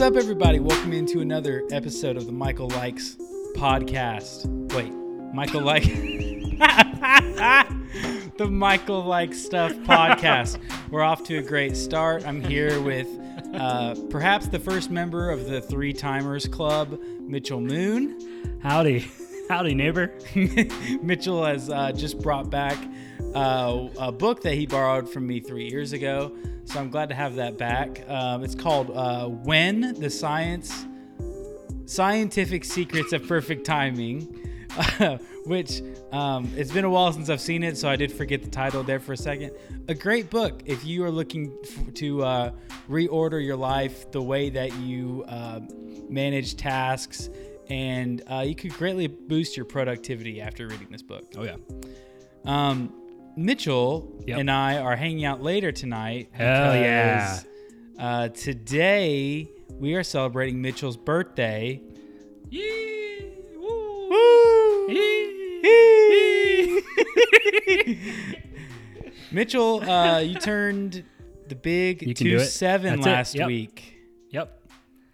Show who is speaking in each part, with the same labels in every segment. Speaker 1: up, everybody? Welcome into another episode of the Michael Likes podcast. Wait, Michael Like. the Michael Like Stuff podcast. We're off to a great start. I'm here with uh, perhaps the first member of the Three Timers Club, Mitchell Moon.
Speaker 2: Howdy. Howdy, neighbor.
Speaker 1: Mitchell has uh, just brought back uh, a book that he borrowed from me three years ago. So I'm glad to have that back. Um, it's called uh, When the Science Scientific Secrets of Perfect Timing, which um, it's been a while since I've seen it, so I did forget the title there for a second. A great book if you are looking f- to uh, reorder your life the way that you uh, manage tasks, and uh, you could greatly boost your productivity after reading this book.
Speaker 2: Oh, yeah.
Speaker 1: Um, Mitchell
Speaker 2: Yep.
Speaker 1: and I are hanging out later tonight.
Speaker 2: Hell
Speaker 1: because,
Speaker 2: yeah.
Speaker 1: Uh, today we are celebrating Mitchell's birthday. Mitchell, uh, you turned the big
Speaker 2: You can do
Speaker 1: two
Speaker 2: it.
Speaker 1: seven
Speaker 2: That's it.
Speaker 1: last
Speaker 2: Yep.
Speaker 1: week.
Speaker 2: Yep.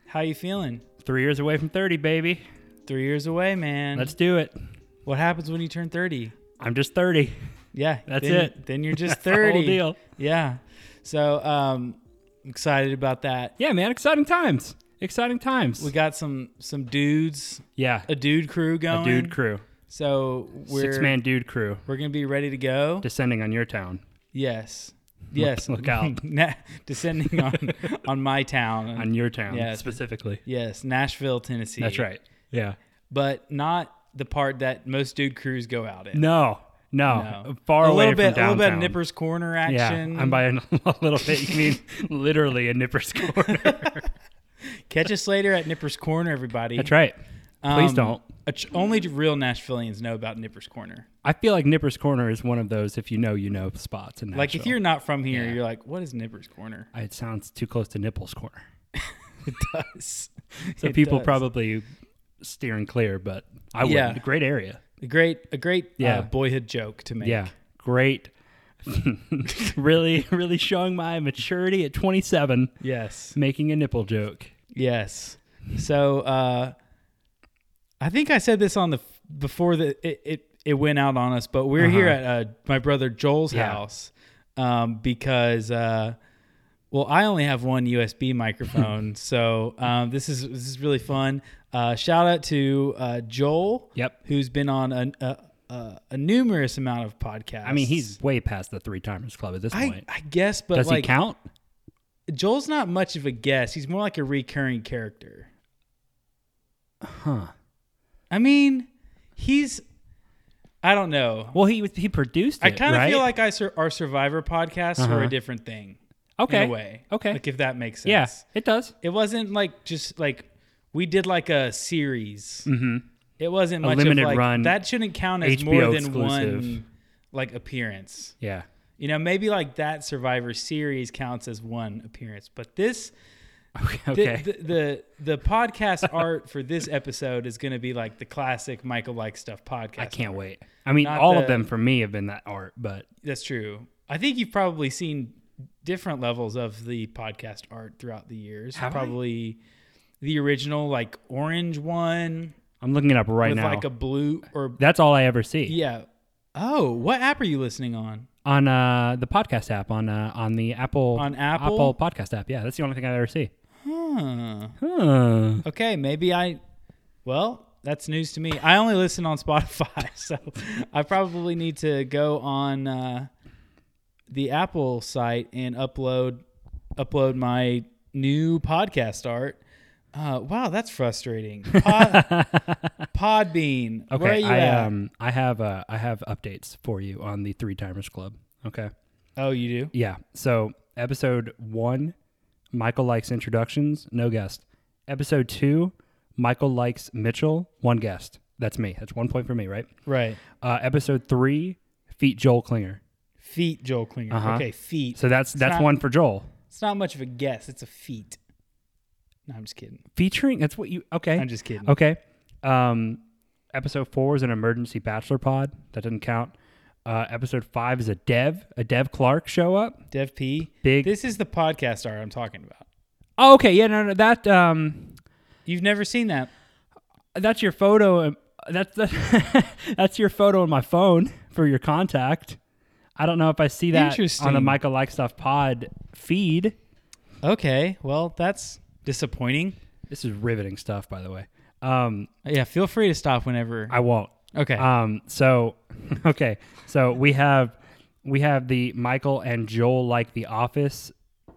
Speaker 1: How you feeling?
Speaker 2: Three years away from 30, baby.
Speaker 1: Three years away, man.
Speaker 2: Let's do it.
Speaker 1: what happens when you turn thirty?
Speaker 2: I'm just 30.
Speaker 1: Yeah,
Speaker 2: That's
Speaker 1: then-
Speaker 2: it.
Speaker 1: Then you're just
Speaker 2: That's the whole
Speaker 1: thirty.
Speaker 2: deal.
Speaker 1: Yeah. So um, excited about that.
Speaker 2: Yeah, man. Exciting times. Exciting times.
Speaker 1: We got some some dudes,
Speaker 2: yeah.
Speaker 1: a dude crew going.
Speaker 2: A dude crew.
Speaker 1: So we're
Speaker 2: Six man dude crew
Speaker 1: we're gonna be ready to go.
Speaker 2: descending on your town.
Speaker 1: yes. Yes.
Speaker 2: Look out.
Speaker 1: Na- descending on on my town.
Speaker 2: On your town,
Speaker 1: Yeah.
Speaker 2: specifically.
Speaker 1: yes, Nashville, Tennessee.
Speaker 2: That's right. Yeah.
Speaker 1: But not the part that most dude crews go out in.
Speaker 2: No. No. Far
Speaker 1: a
Speaker 2: away
Speaker 1: little bit,
Speaker 2: from
Speaker 1: A little bit
Speaker 2: downtown.
Speaker 1: of Nippers Corner
Speaker 2: Yeah,
Speaker 1: action.
Speaker 2: I'm buying a little bit. You mean literally a nipper's corner?
Speaker 1: Catch us later at Nippers Corner, everybody.
Speaker 2: That's right. Please
Speaker 1: Um,
Speaker 2: don't.
Speaker 1: a ch- only real Nashvillians know about Nippers Corner.
Speaker 2: I feel like Nipper's Corner is one of those if you know you know spots in Nashville.
Speaker 1: Like if you're not from here,
Speaker 2: Yeah.
Speaker 1: you're like, what is Nippers Corner?
Speaker 2: it sounds too close to Nipple's Corner,
Speaker 1: It does.
Speaker 2: so
Speaker 1: It
Speaker 2: people
Speaker 1: does.
Speaker 2: probably steering clear. But I would.
Speaker 1: Yeah.
Speaker 2: not Great area.
Speaker 1: a great a great uh,
Speaker 2: Yeah.
Speaker 1: boyhood joke to make.
Speaker 2: Yeah, great. really, really showing my maturity at 27,
Speaker 1: Yes.
Speaker 2: making a nipple joke.
Speaker 1: Yes. So uh, I think I said this on the before the it it, it went out on us, but we're here at uh, my brother Joel's
Speaker 2: Uh-huh. Yeah.
Speaker 1: house um, because uh, well, I only have one USB microphone, so um, this is this is really fun. Uh, shout out to uh, Joel.
Speaker 2: Yep.
Speaker 1: Who's been on a, a, a, a numerous amount of podcasts.
Speaker 2: I mean, he's way past the three timers club at this
Speaker 1: I,
Speaker 2: point.
Speaker 1: I guess, but
Speaker 2: Does
Speaker 1: like
Speaker 2: he count?
Speaker 1: Joel's not much of a guest. He's more like a recurring character.
Speaker 2: Huh.
Speaker 1: I mean, he's I don't know.
Speaker 2: Well, he was- he produced it.
Speaker 1: I kind of
Speaker 2: right?
Speaker 1: feel like I sur- our Survivor podcasts were a
Speaker 2: Uh-huh.
Speaker 1: different thing
Speaker 2: okay,
Speaker 1: in a way.
Speaker 2: okay,
Speaker 1: like if that makes sense.
Speaker 2: yeah, it does.
Speaker 1: it wasn't like just like we did like a series.
Speaker 2: Mm-hmm.
Speaker 1: It wasn't much
Speaker 2: limited
Speaker 1: of like
Speaker 2: run,
Speaker 1: that shouldn't count as
Speaker 2: HBO
Speaker 1: more than
Speaker 2: exclusive.
Speaker 1: one like appearance.
Speaker 2: Yeah.
Speaker 1: You know, maybe like that Survivor series counts as one appearance, but this the,
Speaker 2: Okay.
Speaker 1: the, the the podcast art for this episode is going to be like the classic Michael like stuff podcast.
Speaker 2: I can't wait. I mean,
Speaker 1: Not
Speaker 2: all
Speaker 1: the-
Speaker 2: of them for me have been that art, but
Speaker 1: That's true. I think you've probably seen different levels of the podcast art throughout the years.
Speaker 2: Have I?
Speaker 1: probably the original like orange one
Speaker 2: I'm looking it up right
Speaker 1: with
Speaker 2: now.
Speaker 1: like a blue or
Speaker 2: That's all I ever see
Speaker 1: yeah. Oh, what app are you listening on?
Speaker 2: on uh, the podcast app on uh, on the Apple
Speaker 1: On Apple?
Speaker 2: podcast app. Yeah, that's the only thing I ever see.
Speaker 1: Huh.
Speaker 2: Huh.
Speaker 1: Okay, maybe I. Well, that's news to me. I only listen on Spotify, so I probably need to go on uh, the Apple site and upload upload my new podcast art. Uh, wow, that's frustrating. Pod, Podbean,
Speaker 2: Okay,
Speaker 1: where are you
Speaker 2: I
Speaker 1: at?
Speaker 2: um I have uh, I have updates for you on the Three Timers Club. Okay.
Speaker 1: oh, you do?
Speaker 2: Yeah. So episode one, Michael likes introductions, no guest. Episode two, Michael likes Mitchell, one guest. That's me. That's one point for me, right?
Speaker 1: Right.
Speaker 2: Uh, episode three, feet Joel Klinger.
Speaker 1: Feet, Joel Klinger.
Speaker 2: Uh-huh.
Speaker 1: Okay, feet.
Speaker 2: So that's that's
Speaker 1: not-
Speaker 2: one for Joel.
Speaker 1: it's not much of a guess. It's a feat. No, I'm just kidding.
Speaker 2: Featuring that's what you okay.
Speaker 1: I'm just kidding.
Speaker 2: Okay. Um, episode four is an emergency bachelor pod. That doesn't count. Uh, episode five is a dev, a dev Clark show up.
Speaker 1: Dev P.
Speaker 2: Big.
Speaker 1: This is the podcast art I'm talking about.
Speaker 2: Oh, okay. Yeah, no, no. That um,
Speaker 1: You've never seen that.
Speaker 2: that's your photo. um, That's that, that's your photo on my phone for your contact. I don't know if I see that on the
Speaker 1: Interesting.
Speaker 2: Michael Like Stuff Pod feed.
Speaker 1: Okay, well, that's disappointing.
Speaker 2: This is riveting stuff, by the way. Um,
Speaker 1: Yeah, feel free to stop whenever.
Speaker 2: I won't.
Speaker 1: Okay.
Speaker 2: Um, so okay, so we have we have the Michael and Joel like the Office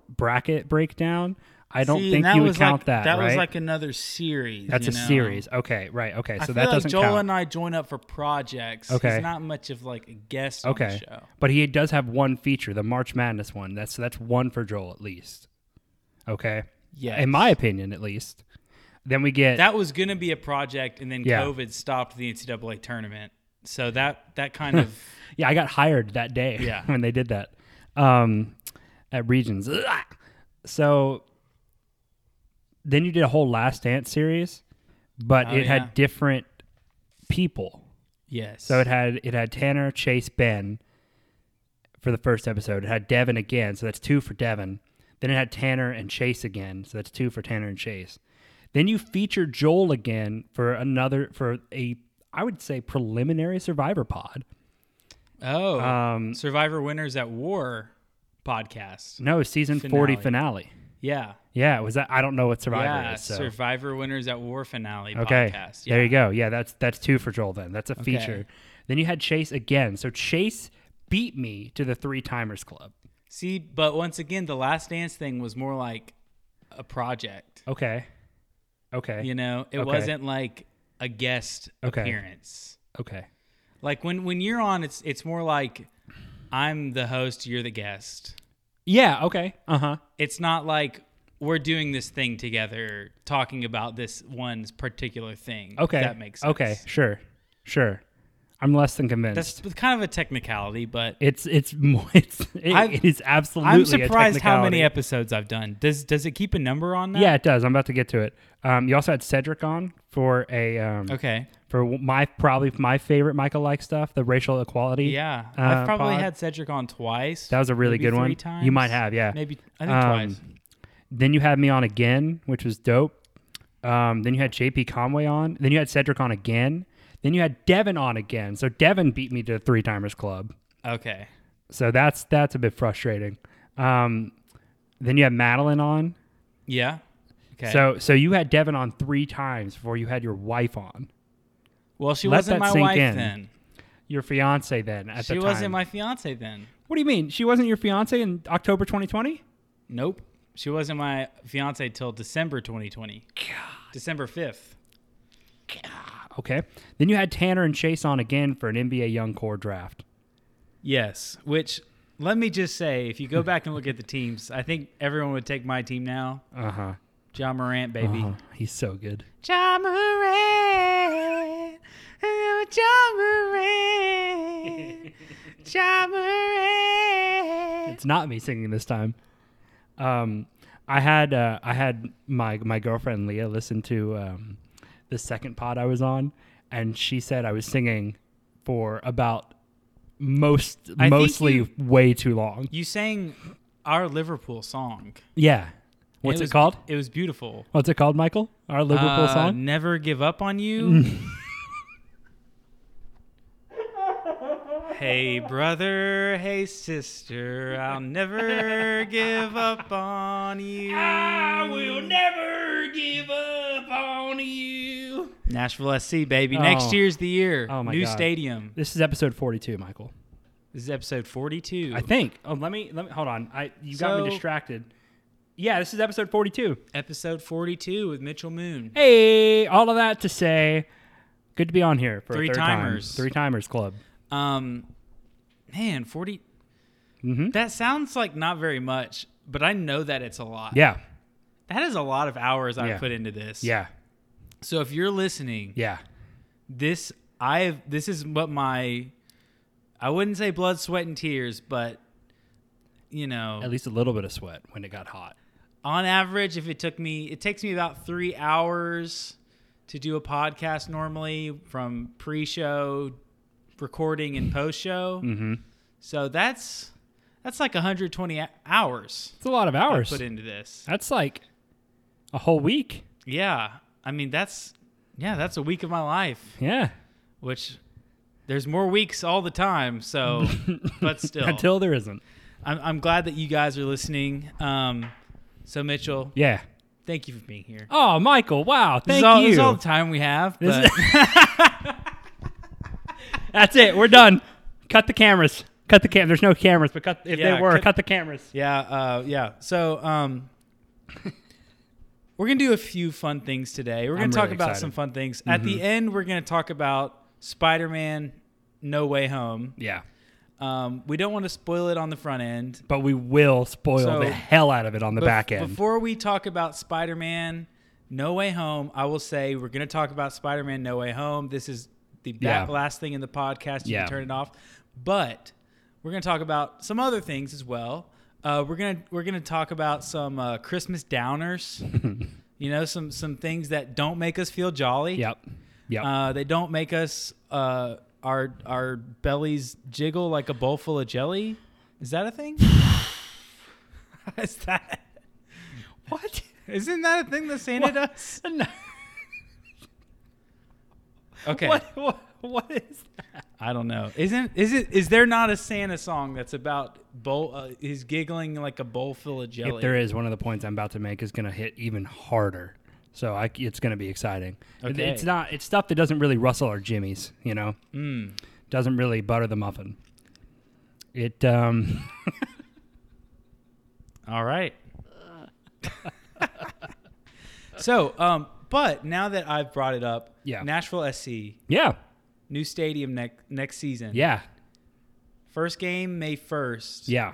Speaker 2: bracket breakdown. I don't
Speaker 1: See, and
Speaker 2: think you would
Speaker 1: was
Speaker 2: count
Speaker 1: like,
Speaker 2: that,
Speaker 1: That
Speaker 2: right?
Speaker 1: was like another series.
Speaker 2: That's
Speaker 1: you
Speaker 2: a
Speaker 1: know?
Speaker 2: series. Okay, right. Okay, so
Speaker 1: I feel
Speaker 2: that
Speaker 1: like
Speaker 2: doesn't
Speaker 1: Joel
Speaker 2: count.
Speaker 1: and I join up for projects.
Speaker 2: Okay.
Speaker 1: He's not much of like a guest on the
Speaker 2: Okay.
Speaker 1: show.
Speaker 2: But he does have one feature, the March Madness one. That's so that's one for Joel at least. Okay.
Speaker 1: Yes.
Speaker 2: In my opinion, at least. Then we get
Speaker 1: That was gonna be a project and then
Speaker 2: Yeah.
Speaker 1: COVID stopped the NCAA tournament. So that that kind of
Speaker 2: yeah, I got hired that day
Speaker 1: Yeah.
Speaker 2: when they did that. Um at Regions. Ugh. So then you did a whole last dance series, but
Speaker 1: Oh,
Speaker 2: it
Speaker 1: yeah.
Speaker 2: had different people.
Speaker 1: Yes.
Speaker 2: So it had it had Tanner, Chase, Ben for the first episode. It had Devin again, so that's two for Devin. Then it had Tanner and Chase again, so that's two for Tanner and Chase. Then you feature Joel again for another for a I would say preliminary survivor pod.
Speaker 1: Oh
Speaker 2: Um,
Speaker 1: Survivor Winners at War podcast.
Speaker 2: no, season forty finale.
Speaker 1: Yeah.
Speaker 2: Yeah, it was that I don't know what survivor
Speaker 1: yeah.
Speaker 2: is. So.
Speaker 1: Survivor Winners at War finale
Speaker 2: okay,
Speaker 1: podcast.
Speaker 2: there you go. Yeah, that's that's two for Joel. Then that's a feature. Then you had Chase again. So Chase beat me to the three timers club.
Speaker 1: See, but once again, the last dance thing was more like a project.
Speaker 2: Okay. Okay.
Speaker 1: You know, it
Speaker 2: Okay.
Speaker 1: wasn't like a guest
Speaker 2: Okay.
Speaker 1: appearance.
Speaker 2: Okay.
Speaker 1: Like when when you're on, it's it's more like I'm the host, you're the guest.
Speaker 2: Yeah. Okay. Uh huh.
Speaker 1: It's not like we're doing this thing together, talking about this one's particular thing. if
Speaker 2: Okay.
Speaker 1: that makes sense.
Speaker 2: Okay. Sure. Sure. I'm less than convinced.
Speaker 1: that's kind of a technicality, but
Speaker 2: it's it's more it's it,
Speaker 1: I've-
Speaker 2: it is absolutely.
Speaker 1: I'm
Speaker 2: a
Speaker 1: surprised how many
Speaker 2: technicality.
Speaker 1: episodes I've done. Does does it keep a number on that?
Speaker 2: yeah, it does. I'm about to get to it. Um, you also had Cedric on for a um
Speaker 1: Okay.
Speaker 2: for my probably my favorite Michael like stuff, the racial equality.
Speaker 1: Yeah, I've
Speaker 2: uh,
Speaker 1: probably
Speaker 2: pod.
Speaker 1: had Cedric on twice.
Speaker 2: That was a really
Speaker 1: maybe
Speaker 2: good
Speaker 1: three
Speaker 2: one.
Speaker 1: Times.
Speaker 2: You might have. Yeah.
Speaker 1: Maybe I think
Speaker 2: Um,
Speaker 1: twice.
Speaker 2: Then you had me on again, which was dope. Um, then you had JP Conway on. Then you had Cedric on again. Then you had Devin on again. So Devin beat me to the three timers club.
Speaker 1: Okay.
Speaker 2: So that's that's a bit frustrating. Um, then you had Madeline on.
Speaker 1: Yeah. Okay.
Speaker 2: So so you had Devin on three times before you had your wife on.
Speaker 1: well, she
Speaker 2: let
Speaker 1: wasn't
Speaker 2: that
Speaker 1: my
Speaker 2: sink
Speaker 1: wife
Speaker 2: in
Speaker 1: then.
Speaker 2: Your fiance then at
Speaker 1: She
Speaker 2: the time.
Speaker 1: wasn't my fiance then.
Speaker 2: What do you mean? She wasn't your fiance in October 2020?
Speaker 1: Nope. She wasn't my fiance till December 2020. December 5th.
Speaker 2: Okay. Then you had Tanner and Chase on again for an NBA Young Core draft.
Speaker 1: Yes. Which let me just say, if you go back and look at the teams, I think everyone would take my team now.
Speaker 2: Uh uh-huh. huh.
Speaker 1: John Morant, baby.
Speaker 2: He's so good.
Speaker 1: John Moran. John Moran. John Moran.
Speaker 2: It's not me singing this time. Um, I had uh, I had my my girlfriend Leah listen to um, the second pod I was on, and she said I was singing for about most
Speaker 1: think
Speaker 2: mostly
Speaker 1: you-
Speaker 2: way too long.
Speaker 1: You sang our Liverpool song.
Speaker 2: Yeah. What's it,
Speaker 1: was-
Speaker 2: called?
Speaker 1: It was beautiful.
Speaker 2: What's it called, Michael? Our Liverpool
Speaker 1: Uh,
Speaker 2: song. Mm.
Speaker 1: Never give up on you. hey brother, hey sister, I'll never give up on you.
Speaker 2: never give up on you.
Speaker 1: Nashville SC baby. Next
Speaker 2: Oh.
Speaker 1: year's the year.
Speaker 2: Oh my
Speaker 1: New
Speaker 2: God.
Speaker 1: stadium.
Speaker 2: This is episode forty-two, Michael.
Speaker 1: This is episode 42.
Speaker 2: I think. Oh, let me let me hold on. I you got
Speaker 1: So-
Speaker 2: me distracted. Yeah, this is episode forty-two.
Speaker 1: episode 42 with Mitchell Moon.
Speaker 2: Hey, all of that to say, good to be on here for
Speaker 1: Three
Speaker 2: a third time.
Speaker 1: timers.
Speaker 2: Three timers club.
Speaker 1: Um, man, 40.
Speaker 2: Mhm.
Speaker 1: That sounds like not very much, but I know that it's a lot.
Speaker 2: Yeah,
Speaker 1: That is a lot of hours I've
Speaker 2: Yeah.
Speaker 1: put into this.
Speaker 2: yeah,
Speaker 1: So if you're listening,
Speaker 2: yeah.
Speaker 1: this I've this is what my I wouldn't say blood, sweat, and tears, but you know,
Speaker 2: At least a little bit of sweat when it got hot.
Speaker 1: on average, if it took me, it takes me about three hours to do a podcast normally from pre-show, recording, and post-show. Mm-hmm. So that's that's like 120 h- hours
Speaker 2: It's a lot of
Speaker 1: I
Speaker 2: hours.
Speaker 1: put into this.
Speaker 2: That's like A whole week.
Speaker 1: Yeah. I mean, that's yeah, that's a week of my life,
Speaker 2: Yeah.
Speaker 1: which there's more weeks all the time. So, but still,
Speaker 2: Until there isn't.
Speaker 1: I'm, I'm glad that you guys are listening. Um, so Mitchell,
Speaker 2: Yeah.
Speaker 1: thank you for being here.
Speaker 2: Oh, Michael! Wow,
Speaker 1: This
Speaker 2: thank
Speaker 1: is, all,
Speaker 2: you.
Speaker 1: this is all the time we have.
Speaker 2: This
Speaker 1: But
Speaker 2: That's it. We're done. Cut the cameras. Cut the cam. There's no cameras, but cut if
Speaker 1: Yeah,
Speaker 2: they were,
Speaker 1: cut-
Speaker 2: cut, the cameras.
Speaker 1: yeah, uh, yeah. So um, we're gonna do a few fun things today. We're gonna
Speaker 2: I'm
Speaker 1: talk
Speaker 2: really
Speaker 1: about
Speaker 2: excited. Mm-hmm.
Speaker 1: some fun things. At the end, we're gonna talk about Spider-Man: No Way Home.
Speaker 2: Yeah,
Speaker 1: Um, we don't want to spoil it on the front end.
Speaker 2: but we will spoil
Speaker 1: So-
Speaker 2: the hell out of it on the
Speaker 1: Bef-
Speaker 2: back end.
Speaker 1: Before we talk about Spider Man No Way Home, I will say we're going to talk about Spider Man No Way Home. This is the
Speaker 2: Yeah.
Speaker 1: back last thing in the podcast. You
Speaker 2: Yeah.
Speaker 1: can turn it off. But we're going to talk about some other things as well. Uh, we're gonna we're gonna talk about some uh, Christmas downers, you know, some some things that don't make us feel jolly.
Speaker 2: yep, yep.
Speaker 1: Uh, they don't make us uh, our our bellies jiggle like a bowl full of jelly. Is that a thing? Is that
Speaker 2: what?
Speaker 1: isn't that a thing that Santa does?
Speaker 2: No.
Speaker 1: Okay,
Speaker 2: What, what? What is that?
Speaker 1: I don't know. Isn't is it is there not a Santa song that's about bowl? Uh, he's giggling like a bowl full of jelly.
Speaker 2: If there is one of the points I'm about to make is going to hit even harder, so I, it's going to be exciting. It-
Speaker 1: Okay.
Speaker 2: It's not. It's stuff that doesn't really rustle our jimmies. You know,
Speaker 1: Mm.
Speaker 2: doesn't really butter the muffin. It um.
Speaker 1: All right. so, um, but now that I've brought it up,
Speaker 2: Yeah.
Speaker 1: Nashville SC
Speaker 2: yeah.
Speaker 1: new stadium next next season.
Speaker 2: Yeah.
Speaker 1: First game May first.
Speaker 2: Yeah.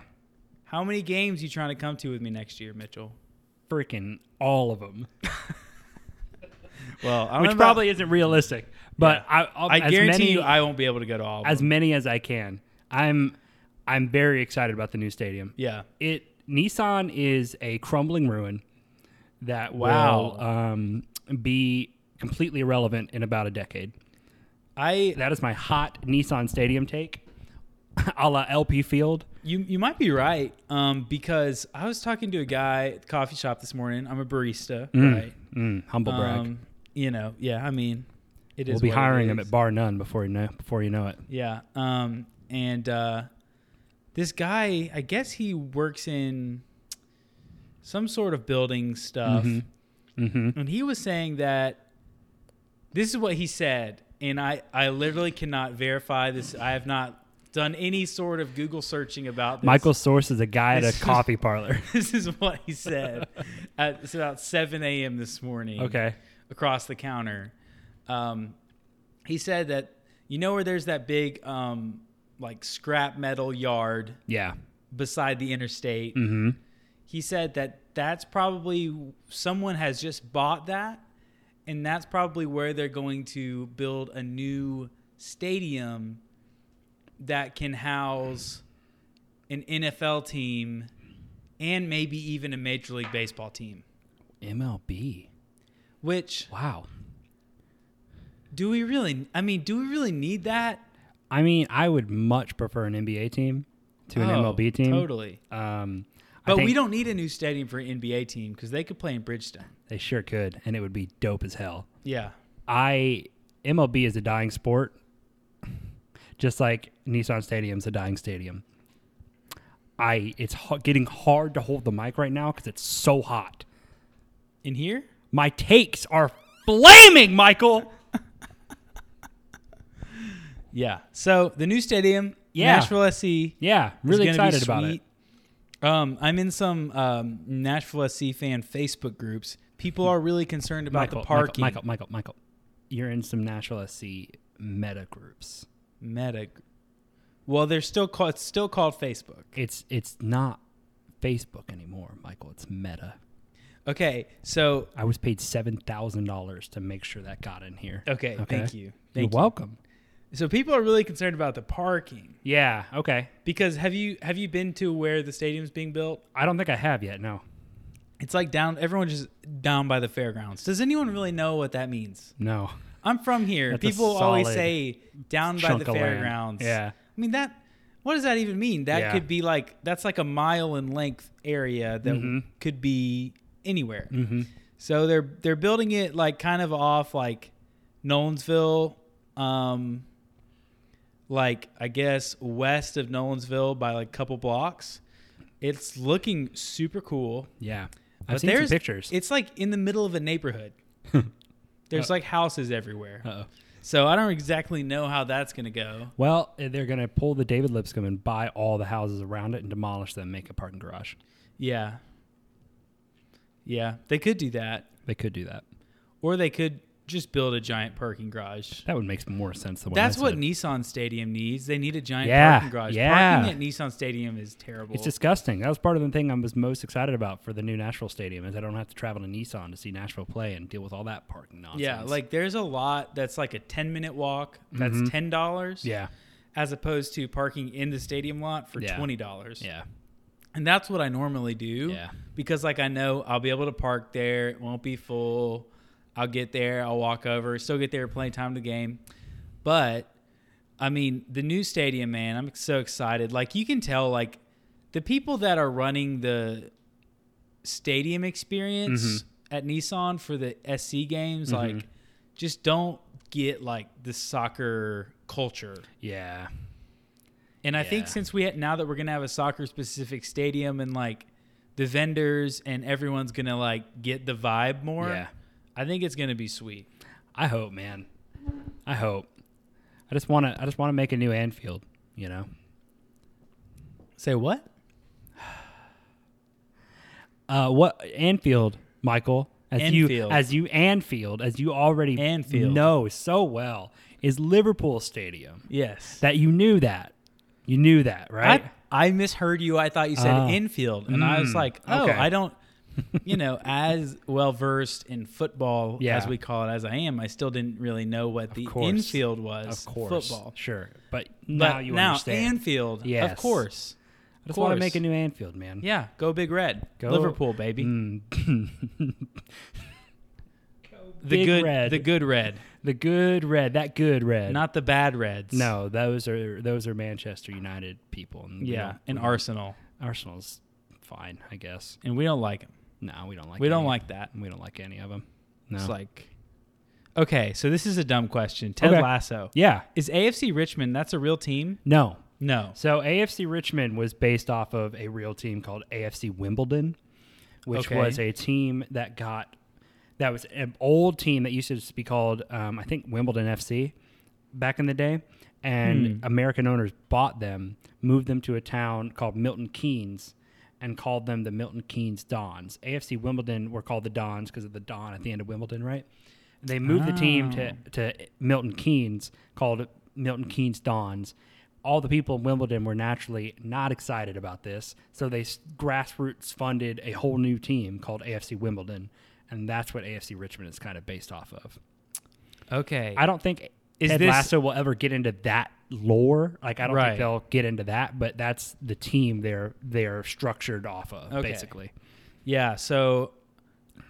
Speaker 1: How many games you trying to come to with me next year, Mitchell?
Speaker 2: Freaking all of them.
Speaker 1: Well, I don't
Speaker 2: which
Speaker 1: know about-
Speaker 2: probably isn't realistic. But I, I'll,
Speaker 1: I
Speaker 2: as
Speaker 1: guarantee
Speaker 2: many,
Speaker 1: you, I won't be able to go to all. Of
Speaker 2: as
Speaker 1: them.
Speaker 2: many as I can. I'm I'm very excited about the new stadium.
Speaker 1: yeah,
Speaker 2: It Nissan is a crumbling ruin that
Speaker 1: Wow.
Speaker 2: will um, be completely irrelevant in about a decade.
Speaker 1: I
Speaker 2: That is my hot Nissan Stadium take, a la LP Field.
Speaker 1: you you might be right um, because I was talking to a guy at the coffee shop this morning. I'm a barista, right?
Speaker 2: Mm, humble brag.
Speaker 1: Um, you know, yeah. I mean, it is
Speaker 2: we'll be
Speaker 1: what it
Speaker 2: hiring him
Speaker 1: is.
Speaker 2: at Bar None before you know before you know it.
Speaker 1: Yeah. Um, and uh, this guy, I guess he works in some sort of building stuff.
Speaker 2: Mm-hmm.
Speaker 1: And he was saying that this is what he said, and I, I literally cannot verify this. I have not done any sort of Google searching about this.
Speaker 2: Michael's source is a guy at
Speaker 1: This
Speaker 2: a
Speaker 1: is-
Speaker 2: coffee parlor.
Speaker 1: this is what he said. at, it's about 7 a.m. this morning
Speaker 2: okay.
Speaker 1: across the counter. Um, he said that you know where there's that big um, like scrap metal yard
Speaker 2: Yeah.
Speaker 1: beside the interstate.
Speaker 2: Mm-hmm.
Speaker 1: He said that that's probably someone has just bought that, and that's probably where they're going to build a new stadium that can house an NFL team and maybe even a Major League Baseball team.
Speaker 2: MLB.
Speaker 1: Which
Speaker 2: Wow.
Speaker 1: do we really? I mean, do we really need that?
Speaker 2: I mean, I would much prefer an NBA team to an
Speaker 1: Oh,
Speaker 2: MLB team.
Speaker 1: Totally.
Speaker 2: Um, I
Speaker 1: But we
Speaker 2: think
Speaker 1: don't need a new stadium for an NBA team because they could play in Bridgestone.
Speaker 2: They sure could, and it would be dope as hell.
Speaker 1: Yeah.
Speaker 2: I MLB is a dying sport, just like Nissan Stadium's a dying stadium. I it's ha- getting hard to hold the mic right now because it's so hot.
Speaker 1: In here?
Speaker 2: My takes are flaming, Michael.
Speaker 1: Yeah. So the new stadium,
Speaker 2: Yeah.
Speaker 1: Nashville SC.
Speaker 2: Yeah, really excited about it.
Speaker 1: Um, I'm in some um, Nashville SC fan Facebook groups. People are really concerned about
Speaker 2: Michael,
Speaker 1: the parking
Speaker 2: Michael, Michael, Michael, Michael, you're in some Nashville SC meta groups.
Speaker 1: meta. Well, they're still called. It's still called Facebook.
Speaker 2: It's it's not Facebook anymore, Michael. It's Meta.
Speaker 1: Okay. So
Speaker 2: I was paid seven thousand dollars to make sure that got in here.
Speaker 1: okay. Thank you.
Speaker 2: You're
Speaker 1: Thank you.
Speaker 2: welcome.
Speaker 1: So people are really concerned about the parking
Speaker 2: Yeah. Okay.
Speaker 1: because have you have you been to where the stadium's being built?
Speaker 2: I don't think I have yet. No.
Speaker 1: It's like down. Everyone just down by the fairgrounds. Does anyone really know what that means?
Speaker 2: No.
Speaker 1: I'm from here.
Speaker 2: That's a
Speaker 1: People always
Speaker 2: solid
Speaker 1: say down by
Speaker 2: chunk
Speaker 1: the
Speaker 2: of land.
Speaker 1: fairgrounds.
Speaker 2: Yeah.
Speaker 1: I mean that. What does that even mean? That
Speaker 2: Yeah.
Speaker 1: could be
Speaker 2: Mm-hmm.
Speaker 1: like that's like a mile in length area that could be anywhere. So they're they're building it like kind of off like Nolensville, um, like I guess west of Nolensville by like a couple blocks. It's looking super cool.
Speaker 2: Yeah.
Speaker 1: but
Speaker 2: I've seen some
Speaker 1: there's-
Speaker 2: pictures.
Speaker 1: It's like in the middle of a neighborhood. there's
Speaker 2: Uh.
Speaker 1: like houses everywhere.
Speaker 2: Uh-oh.
Speaker 1: So I don't exactly know how that's gonna go.
Speaker 2: Well, eh, they're going to pull the David Lipscomb and buy all the houses around it and demolish them, make a parking garage.
Speaker 1: Yeah. Yeah, they could do that,
Speaker 2: They could do that.
Speaker 1: or they could just build a giant parking garage.
Speaker 2: That would make more sense than what
Speaker 1: That's
Speaker 2: I
Speaker 1: what
Speaker 2: said.
Speaker 1: Nissan Stadium needs. They need a giant
Speaker 2: Yeah,
Speaker 1: parking garage.
Speaker 2: yeah.
Speaker 1: Parking at Nissan Stadium is terrible.
Speaker 2: It's disgusting. That was part of the thing I was most excited about for the new Nashville stadium is I don't have to travel to Nissan to see Nashville play and deal with all that parking nonsense.
Speaker 1: yeah, like there's a lot that's like a 10 minute walk. That's
Speaker 2: Mhm.
Speaker 1: ten dollars.
Speaker 2: yeah,
Speaker 1: as opposed to parking in the stadium lot for
Speaker 2: Yeah.
Speaker 1: twenty dollars.
Speaker 2: yeah,
Speaker 1: and that's what I normally do.
Speaker 2: Yeah.
Speaker 1: because like I know I'll be able to park there. It won't be full. I'll get there. I'll walk over. Still get there. Plenty of time to game. But I mean, the new stadium, man. I'm so excited. Like you can tell, like the people that are running the stadium experience at Nissan for the SC games, like just don't get like the soccer culture.
Speaker 2: yeah.
Speaker 1: And I think
Speaker 2: Yeah.
Speaker 1: since we had, now that we're gonna have a soccer specific stadium and like the vendors and everyone's gonna like get the vibe more.
Speaker 2: Yeah.
Speaker 1: I think it's gonna be sweet.
Speaker 2: I hope, man. I hope. I just want to. I just want to make a new Anfield. You know,
Speaker 1: Say what?
Speaker 2: uh, what Anfield, Michael? As you,
Speaker 1: Anfield.
Speaker 2: as you Anfield, as you already
Speaker 1: Anfield.
Speaker 2: know so well, is Liverpool Stadium.
Speaker 1: Yes.
Speaker 2: That you knew that. You knew that, right?
Speaker 1: I, I misheard you. I thought you said
Speaker 2: Ah.
Speaker 1: infield, and I was
Speaker 2: Mm,
Speaker 1: like, oh,
Speaker 2: okay.
Speaker 1: I don't. You know, as well versed in football
Speaker 2: Yeah.
Speaker 1: as we call it, as I am, I still didn't really know what the
Speaker 2: course.
Speaker 1: infield was.
Speaker 2: of course,
Speaker 1: football.
Speaker 2: sure. But
Speaker 1: But
Speaker 2: now you
Speaker 1: now
Speaker 2: understand.
Speaker 1: Anfield, of
Speaker 2: Yes.
Speaker 1: course.
Speaker 2: I just want to
Speaker 1: course.
Speaker 2: make a new Anfield, man.
Speaker 1: Yeah, go Big Red,
Speaker 2: Go-
Speaker 1: Liverpool, baby.
Speaker 2: Mm.
Speaker 1: the
Speaker 2: Big
Speaker 1: good,
Speaker 2: Red.
Speaker 1: the good red.
Speaker 2: the good red, that good red.
Speaker 1: Not the bad Reds.
Speaker 2: no, those are those are Manchester United people. And we
Speaker 1: Yeah,
Speaker 2: don't-
Speaker 1: and Arsenal.
Speaker 2: Arsenal's fine, I guess.
Speaker 1: And we don't like them.
Speaker 2: No, we don't like.
Speaker 1: We don't
Speaker 2: any-
Speaker 1: like that.
Speaker 2: We don't like any of them. No.
Speaker 1: It's like, okay, so this is a dumb question. Ted
Speaker 2: Okay.
Speaker 1: Lasso.
Speaker 2: yeah.
Speaker 1: Is AFC Richmond, that's a real team?
Speaker 2: No.
Speaker 1: No.
Speaker 2: So AFC Richmond was based off of a real team called AFC Wimbledon, which
Speaker 1: Okay.
Speaker 2: was a team that got that was an old team that used to just be called um, I think Wimbledon FC back in the day, and American owners bought them, moved them to a town called Milton Keynes. And called them the Milton Keynes Dons. AFC Wimbledon were called the Dons because of the Don at the end of Wimbledon, right? They moved the team to, to Milton Keynes, called it Milton Keynes Dons. All the people in Wimbledon were naturally not excited about this, so they s- grassroots funded a whole new team called AFC Wimbledon, and that's what AFC Richmond is kind of based off of.
Speaker 1: Okay.
Speaker 2: I don't think
Speaker 1: Is
Speaker 2: Ted
Speaker 1: this-
Speaker 2: Lasso will ever get into that lore. Like I don't
Speaker 1: Right.
Speaker 2: think they'll get into that, but that's the team they're they're structured off of
Speaker 1: Okay.
Speaker 2: basically.
Speaker 1: yeah, so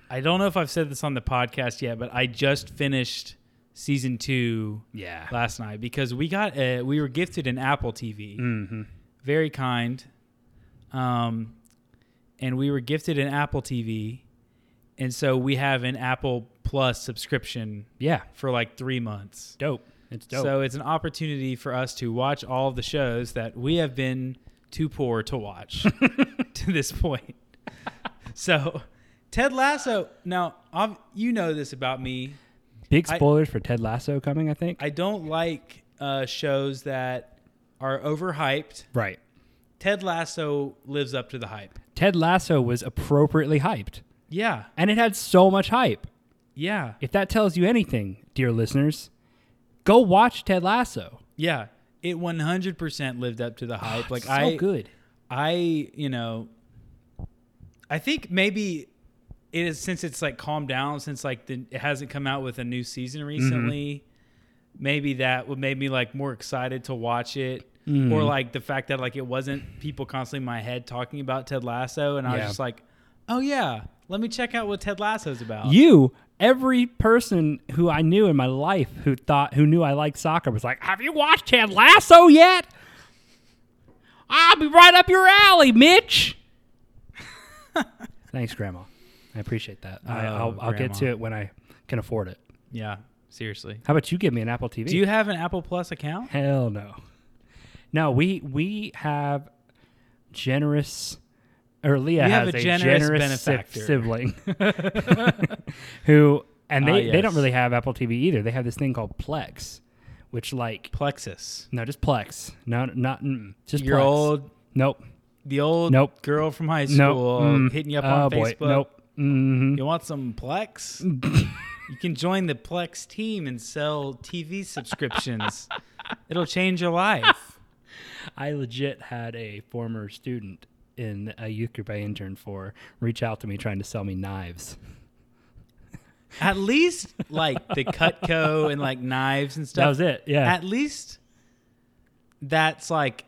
Speaker 1: I don't know if I've said this on the podcast yet, but I just finished season two
Speaker 2: Yeah.
Speaker 1: last night because we got a, we were gifted an Apple TV.
Speaker 2: Mhm.
Speaker 1: Very kind. Um, and we were gifted an Apple TV. And so we have an Apple Plus subscription
Speaker 2: Yeah.
Speaker 1: for like three months.
Speaker 2: Dope. It's dope.
Speaker 1: So it's an opportunity for us to watch all of the shows that we have been too poor to watch to this point. So Ted Lasso. Now, i you know this about me.
Speaker 2: Big
Speaker 1: I-
Speaker 2: spoilers for Ted Lasso coming, I think.
Speaker 1: I don't like uh, shows that are overhyped.
Speaker 2: right.
Speaker 1: Ted Lasso lives up to the hype.
Speaker 2: Ted Lasso was appropriately hyped,
Speaker 1: Yeah,
Speaker 2: and it had so much hype.
Speaker 1: yeah,
Speaker 2: If that tells you anything, dear listeners, go watch Ted Lasso.
Speaker 1: yeah. It 100% lived up to the hype. Like
Speaker 2: Ah, so
Speaker 1: I,
Speaker 2: good.
Speaker 1: I, you know, I think maybe it is since it's like calmed down since like the, it hasn't come out with a new
Speaker 2: Mm-hmm.
Speaker 1: season recently. Maybe that would make me like more excited to watch it,
Speaker 2: Mm-hmm.
Speaker 1: or like the fact that like it wasn't people constantly in my head talking about Ted Lasso, and I was
Speaker 2: Yeah.
Speaker 1: just like, oh yeah, let me check out what Ted Lasso's about.
Speaker 2: You, every person who I knew in my life who thought who knew I liked soccer was like, "Have you watched Ted Lasso yet?" I'll be right up your alley, Mitch. Thanks, Grandma. I appreciate that. I,
Speaker 1: Oh,
Speaker 2: I'll, I'll
Speaker 1: Grandma.
Speaker 2: get to it when I can afford it.
Speaker 1: Yeah, seriously.
Speaker 2: How about you give me an Apple TV?
Speaker 1: Do you have an Apple Plus account?
Speaker 2: Hell no. No, we we have generous, or Leah
Speaker 1: You have
Speaker 2: has
Speaker 1: a
Speaker 2: a
Speaker 1: generous
Speaker 2: generous, si-
Speaker 1: benefactor.
Speaker 2: sibling who, and they,
Speaker 1: Ah,
Speaker 2: they don't
Speaker 1: yes.
Speaker 2: really have Apple TV either. They have this thing called Plex, which like
Speaker 1: Plexus.
Speaker 2: no, just Plex, no, not mm, just
Speaker 1: Your
Speaker 2: Plex.
Speaker 1: old,
Speaker 2: Nope,
Speaker 1: the old
Speaker 2: Nope.
Speaker 1: girl from high school
Speaker 2: nope, mm,
Speaker 1: hitting you up
Speaker 2: oh
Speaker 1: on
Speaker 2: boy,
Speaker 1: Facebook.
Speaker 2: nope. hmm
Speaker 1: You want some Plex? you can join the Plex team and sell TV subscriptions. It'll change your life.
Speaker 2: I legit had a former student in a youth group I interned for reach out to me trying to sell me knives.
Speaker 1: At least like the Cutco and like knives and stuff.
Speaker 2: That was it. Yeah.
Speaker 1: At least that's like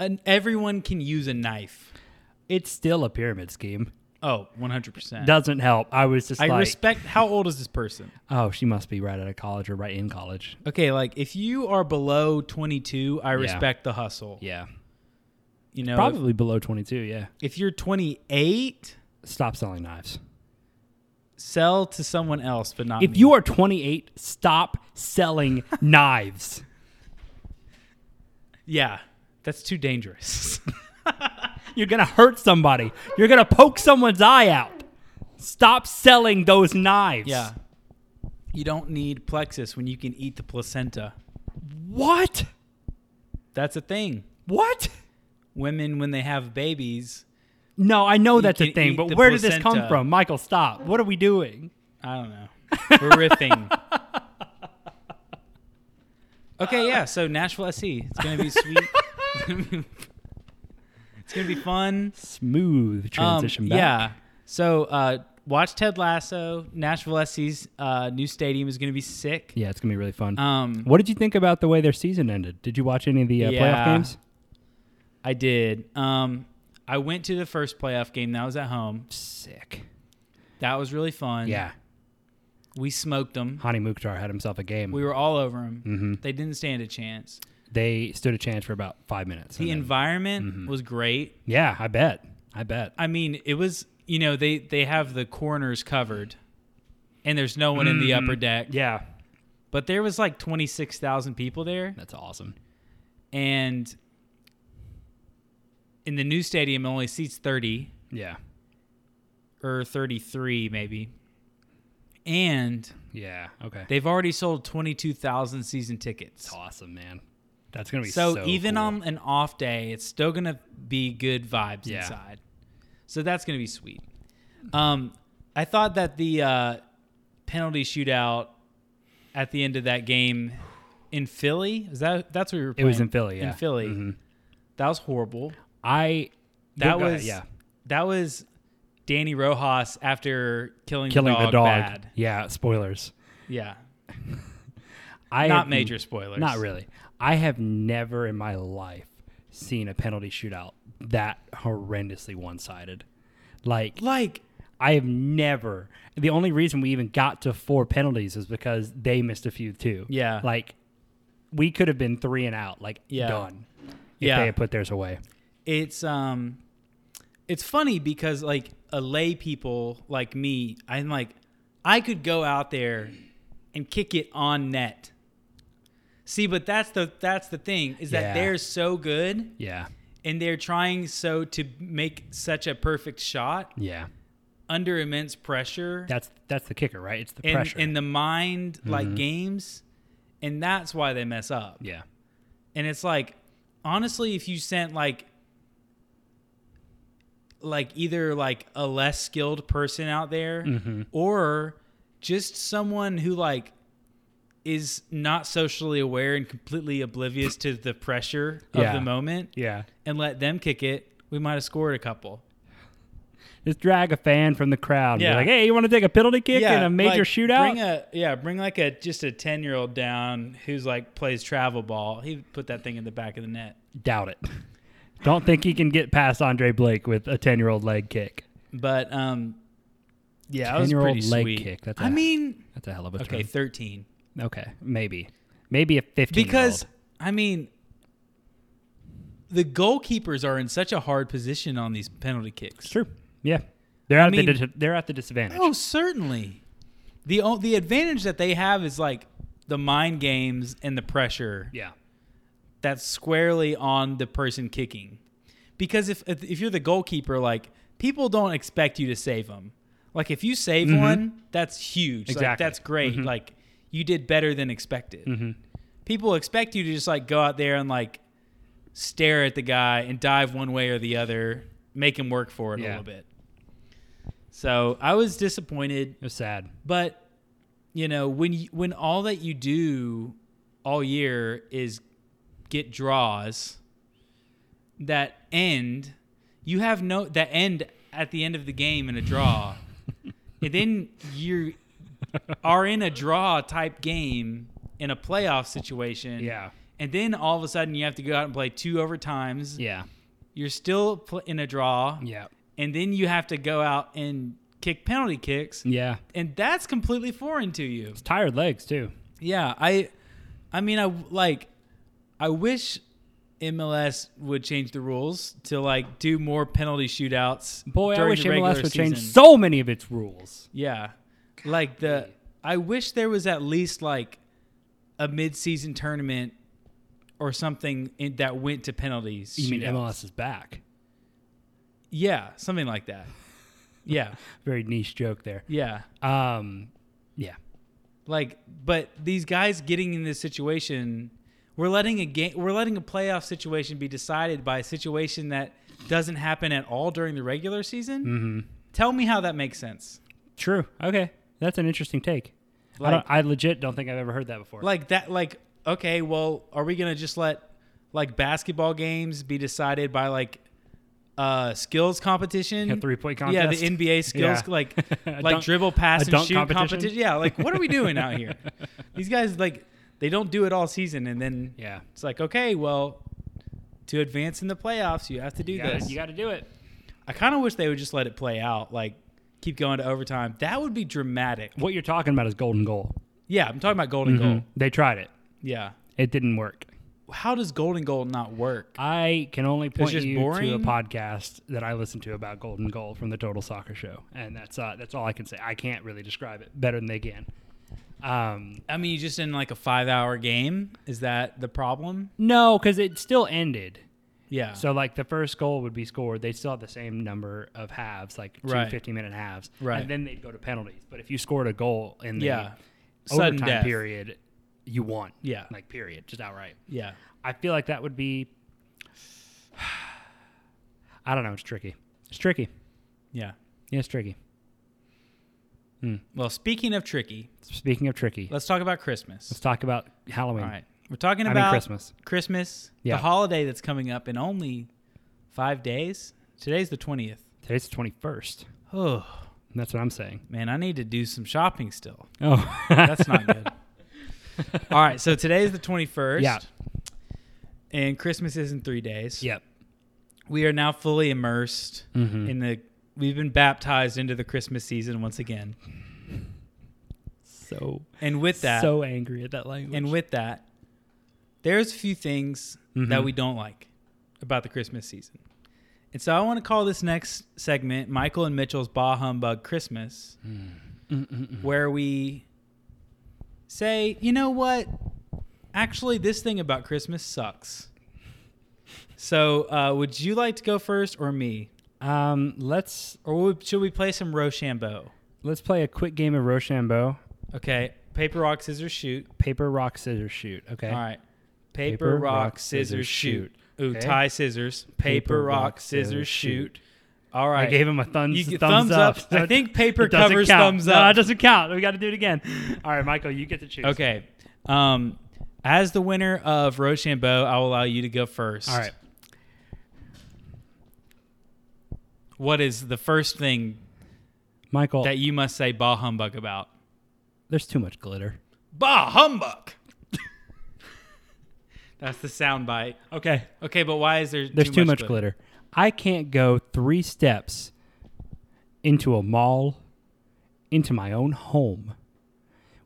Speaker 1: an, everyone can use a knife.
Speaker 2: it's still a pyramid scheme.
Speaker 1: Oh, 100%.
Speaker 2: Doesn't help. I was just
Speaker 1: I
Speaker 2: like,
Speaker 1: respect how old is this person?
Speaker 2: oh, she must be right out of college or right in college.
Speaker 1: Okay, like if you are below 22, I respect the hustle.
Speaker 2: Yeah.
Speaker 1: You know, if,
Speaker 2: Probably below 22. Yeah.
Speaker 1: if you're 28,
Speaker 2: Stop selling knives.
Speaker 1: sell to someone else, but not
Speaker 2: If
Speaker 1: me.
Speaker 2: you are 28, stop selling knives.
Speaker 1: Yeah, that's too dangerous.
Speaker 2: You're going to hurt somebody. You're going to poke someone's eye out. Stop selling those knives.
Speaker 1: yeah. You don't need plexus when you can eat the placenta.
Speaker 2: What?
Speaker 1: That's a thing.
Speaker 2: What?
Speaker 1: Women, when they have babies,
Speaker 2: No, I know that's a
Speaker 1: can
Speaker 2: thing,
Speaker 1: eat
Speaker 2: but
Speaker 1: the
Speaker 2: where did this come
Speaker 1: placenta.
Speaker 2: from? Michael, stop. What are we doing?
Speaker 1: I don't know. We're riffing. Okay, yeah. So Nashville SC, it's gonna be sweet. it's gonna be fun.
Speaker 2: Smooth
Speaker 1: Um,
Speaker 2: transition back.
Speaker 1: Yeah. So uh, watch Ted Lasso. Nashville SC's uh, new stadium is gonna be sick.
Speaker 2: Yeah, it's going to be really fun.
Speaker 1: Um,
Speaker 2: What did you think about the way their season ended? Did you watch any of the uh, playoff
Speaker 1: Yeah.
Speaker 2: games?
Speaker 1: I did. Um, I went to the first playoff game. That was at home.
Speaker 2: Sick.
Speaker 1: That was really fun.
Speaker 2: Yeah.
Speaker 1: We smoked them.
Speaker 2: Hani Mukhtar had himself a game.
Speaker 1: We were all over them.
Speaker 2: Mm-hmm.
Speaker 1: They didn't stand a chance.
Speaker 2: they stood a chance for about five minutes.
Speaker 1: The
Speaker 2: and then- Mm-hmm.
Speaker 1: environment was great.
Speaker 2: yeah, I bet. I bet.
Speaker 1: I mean, it was you know they they have the corners covered, and there's no one in the upper deck.
Speaker 2: Mm. Yeah.
Speaker 1: But there was like twenty six thousand people there,
Speaker 2: That's awesome.
Speaker 1: and in the new stadium it only seats thirty
Speaker 2: Yeah.
Speaker 1: or thirty three maybe, and
Speaker 2: Yeah. Okay.
Speaker 1: they've already sold twenty two thousand season tickets.
Speaker 2: That's awesome, man. That's going to be so
Speaker 1: So, even
Speaker 2: cool.
Speaker 1: on an off day, it's still gonna be good vibes
Speaker 2: Yeah.
Speaker 1: inside. So that's gonna be sweet. Um, I thought that the uh, penalty shootout at the end of that game in Philly is that that's what we were
Speaker 2: It
Speaker 1: playing.
Speaker 2: was in Philly, yeah.
Speaker 1: In Philly,
Speaker 2: Mhm.
Speaker 1: that was horrible.
Speaker 2: I.
Speaker 1: That
Speaker 2: Go ahead,
Speaker 1: was
Speaker 2: yeah.
Speaker 1: That was Danny Rojas after killing
Speaker 2: Killing
Speaker 1: the dog.
Speaker 2: the dog.
Speaker 1: Bad.
Speaker 2: Yeah. Spoilers.
Speaker 1: Yeah,
Speaker 2: I
Speaker 1: not
Speaker 2: have-
Speaker 1: major spoilers.
Speaker 2: Not really. I have never in my life seen a penalty shootout that horrendously one sided. Like,
Speaker 1: Like
Speaker 2: I have never. The only reason we even got to four penalties is because they missed a few too.
Speaker 1: Yeah.
Speaker 2: Like, we could have been three and out, like
Speaker 1: Yeah.
Speaker 2: done. If
Speaker 1: Yeah.
Speaker 2: they had put theirs away.
Speaker 1: it's um it's funny because like a lay people like me i'm like i could go out there and kick it on net see but that's the that's the thing is that
Speaker 2: Yeah.
Speaker 1: they're so good
Speaker 2: Yeah.
Speaker 1: and they're trying so to make such a perfect shot
Speaker 2: Yeah.
Speaker 1: under immense pressure
Speaker 2: That's that's the kicker, right? It's the
Speaker 1: and,
Speaker 2: pressure. Mm-hmm.
Speaker 1: and the mind like games and that's why they mess up
Speaker 2: yeah.
Speaker 1: and it's like honestly if you sent like like either like a less skilled person out there
Speaker 2: Mm-hmm.
Speaker 1: or just someone who like is not socially aware and completely oblivious to the pressure of
Speaker 2: Yeah.
Speaker 1: the moment
Speaker 2: Yeah.
Speaker 1: and let them kick it we might have scored a couple
Speaker 2: Just drag a fan from the crowd. And be
Speaker 1: Yeah.
Speaker 2: like, hey, you want to take a penalty kick in a major
Speaker 1: like,
Speaker 2: shootout?
Speaker 1: bring a yeah bring like a just a 10 year old down who's like plays travel ball he would put that thing in the back of the net
Speaker 2: Doubt it. Don't think he can get past Andre Blake with a ten year old leg kick.
Speaker 1: But um, yeah, that was
Speaker 2: 10-year-old
Speaker 1: pretty
Speaker 2: leg
Speaker 1: sweet.
Speaker 2: kick, that's
Speaker 1: I
Speaker 2: a-
Speaker 1: mean,
Speaker 2: That's a hell of a
Speaker 1: okay,
Speaker 2: term.
Speaker 1: thirteen.
Speaker 2: Okay, maybe, maybe a fifteen.
Speaker 1: Because I mean, the goalkeepers are in such a hard position on these penalty kicks.
Speaker 2: true. Yeah, They're out. at the
Speaker 1: mean-
Speaker 2: dis- they're at the disadvantage.
Speaker 1: Oh, certainly. The o- the advantage that they have is like the mind games and the pressure
Speaker 2: Yeah.
Speaker 1: that's squarely on the person kicking. Because if if if you're the goalkeeper, like people don't expect you to save them. Like if you save one, that's huge. Like
Speaker 2: Mm-hmm. Exactly. Mm-hmm.
Speaker 1: that's great. Like you did better than expected. People expect you to just like go out there and like stare at the guy and dive one way or the other, make him work for it a
Speaker 2: Yeah.
Speaker 1: little bit. So I was disappointed
Speaker 2: It was sad.
Speaker 1: but you know, when you, when all that you do all year is get draws that end, you have no that end at the end of the game in a draw. and then you are in a draw type game in a playoff situation.
Speaker 2: Yeah.
Speaker 1: And then all of a sudden you have to go out and play two overtimes.
Speaker 2: Yeah.
Speaker 1: You're still pl- in a draw.
Speaker 2: Yeah.
Speaker 1: And then you have to go out and kick penalty kicks
Speaker 2: Yeah.
Speaker 1: and that's completely foreign to you.
Speaker 2: It's tired legs too.
Speaker 1: Yeah, I, I mean, I like, I wish MLS would change the rules to like do more penalty shootouts.
Speaker 2: Boy, I
Speaker 1: during
Speaker 2: wish
Speaker 1: the regular
Speaker 2: MLS would change
Speaker 1: season.
Speaker 2: so many of its rules.
Speaker 1: yeah, like the I wish there was at least like a mid-season tournament or something in, that went to penalties.
Speaker 2: You mean
Speaker 1: shootouts.
Speaker 2: MLS is back?
Speaker 1: Yeah, something like that. Yeah,
Speaker 2: Very niche joke there.
Speaker 1: yeah.
Speaker 2: Um, yeah.
Speaker 1: Like, but these guys getting in this situation, we're letting a game, we're letting a playoff situation be decided by a situation that doesn't happen at all during the regular season.
Speaker 2: Mm-hmm.
Speaker 1: Tell me how that makes sense.
Speaker 2: True. Okay. That's an interesting take. I,
Speaker 1: Like,
Speaker 2: don't, I legit don't think I've ever heard that before.
Speaker 1: like that, like okay, well, are we gonna just let like basketball games be decided by like uh skills competition,
Speaker 2: A three-point contest?
Speaker 1: Yeah, the NBA skills,
Speaker 2: Yeah.
Speaker 1: like
Speaker 2: A
Speaker 1: like
Speaker 2: dunk-
Speaker 1: dribble, pass,
Speaker 2: a
Speaker 1: and
Speaker 2: dunk
Speaker 1: shoot
Speaker 2: competition?
Speaker 1: competition. Yeah, like what are we doing out here? These guys like they don't do it all season, and then
Speaker 2: yeah.
Speaker 1: It's like, okay, well, to advance in the playoffs, you have to do
Speaker 2: You gotta,
Speaker 1: this.
Speaker 2: you gotta do it.
Speaker 1: I kind of wish they would just let it play out, like keep going to overtime. That would be dramatic.
Speaker 2: What you're talking about is golden goal.
Speaker 1: Yeah, I'm talking about golden goal.
Speaker 2: They tried it.
Speaker 1: Yeah.
Speaker 2: It didn't work.
Speaker 1: How does golden goal not work?
Speaker 2: I can only point
Speaker 1: just
Speaker 2: you to a
Speaker 1: boring?
Speaker 2: podcast that I listen to about golden goal from the Total Soccer Show, and that's uh, that's all I can say. I can't really describe it better than they can. Um,
Speaker 1: I mean, you just in like a five-hour game. Is that the problem?
Speaker 2: no, because it still ended.
Speaker 1: Yeah.
Speaker 2: So like the first goal would be scored, they'd still have the same number of halves, like two
Speaker 1: Right.
Speaker 2: 15 minute halves.
Speaker 1: Right.
Speaker 2: And then they'd go to penalties. But if you scored a goal in the
Speaker 1: Yeah. Sudden
Speaker 2: overtime
Speaker 1: death.
Speaker 2: period, you won.
Speaker 1: Yeah.
Speaker 2: Like period, just outright.
Speaker 1: yeah.
Speaker 2: I feel like that would be I don't know, it's tricky. It's tricky.
Speaker 1: Yeah.
Speaker 2: Yeah, it's tricky. Hmm.
Speaker 1: Well, speaking of tricky,
Speaker 2: Speaking of tricky,
Speaker 1: let's talk about Christmas.
Speaker 2: let's talk about Halloween.
Speaker 1: All right. We're talking
Speaker 2: I
Speaker 1: about
Speaker 2: mean Christmas.
Speaker 1: Christmas,
Speaker 2: Yeah.
Speaker 1: the holiday that's coming up in only five days. Today's the 20th.
Speaker 2: Today's the twenty first.
Speaker 1: Oh.
Speaker 2: That's what I'm saying.
Speaker 1: Man, I need to do some shopping still.
Speaker 2: Oh
Speaker 1: That's not good. All right, so today is the 21st.
Speaker 2: Yeah.
Speaker 1: And Christmas is in three days.
Speaker 2: Yep.
Speaker 1: We are now fully immersed
Speaker 2: Mhm.
Speaker 1: in the, we've been baptized into the Christmas season once again.
Speaker 2: So
Speaker 1: And with that,
Speaker 2: so angry at that language.
Speaker 1: and with that, there's a few things that
Speaker 2: Mhm.
Speaker 1: we don't like about the Christmas season. And so I want to call this next segment Michael and Mitchell's Bah Humbug Christmas.
Speaker 2: Mm. Mm-mm-mm.
Speaker 1: where we say, you know what? Actually, this thing about Christmas sucks. So, uh, would you like to go first or me?
Speaker 2: Um, let's
Speaker 1: Or would, should we play some Rochambeau?
Speaker 2: let's play a quick game of Rochambeau.
Speaker 1: Okay. Paper, rock, scissors, shoot.
Speaker 2: Paper, rock, scissors, shoot. Okay.
Speaker 1: All right. Paper,
Speaker 2: Paper,
Speaker 1: rock,
Speaker 2: rock,
Speaker 1: scissors,
Speaker 2: scissors,
Speaker 1: shoot.
Speaker 2: shoot.
Speaker 1: Ooh,
Speaker 2: Okay.
Speaker 1: tie, scissors. Paper, rock, scissors, shoot. All right.
Speaker 2: I gave him a thumbs,
Speaker 1: You get thumbs
Speaker 2: thumbs, up.
Speaker 1: up.
Speaker 2: so
Speaker 1: I
Speaker 2: it-
Speaker 1: think paper
Speaker 2: it doesn't
Speaker 1: covers
Speaker 2: count.
Speaker 1: thumbs
Speaker 2: No,
Speaker 1: up.
Speaker 2: it doesn't count. We got to do it again. All right, Michael, you get to choose.
Speaker 1: Okay. Um, as the winner of Rochambeau, I will allow you to go first.
Speaker 2: All right.
Speaker 1: What is the first thing
Speaker 2: Michael,
Speaker 1: that you must say bah humbug about?
Speaker 2: there's too much glitter.
Speaker 1: Bah humbug. That's the sound bite.
Speaker 2: Okay.
Speaker 1: Okay, but why is there
Speaker 2: There's too, much, glitter. I can't go three steps into a mall, into my own home,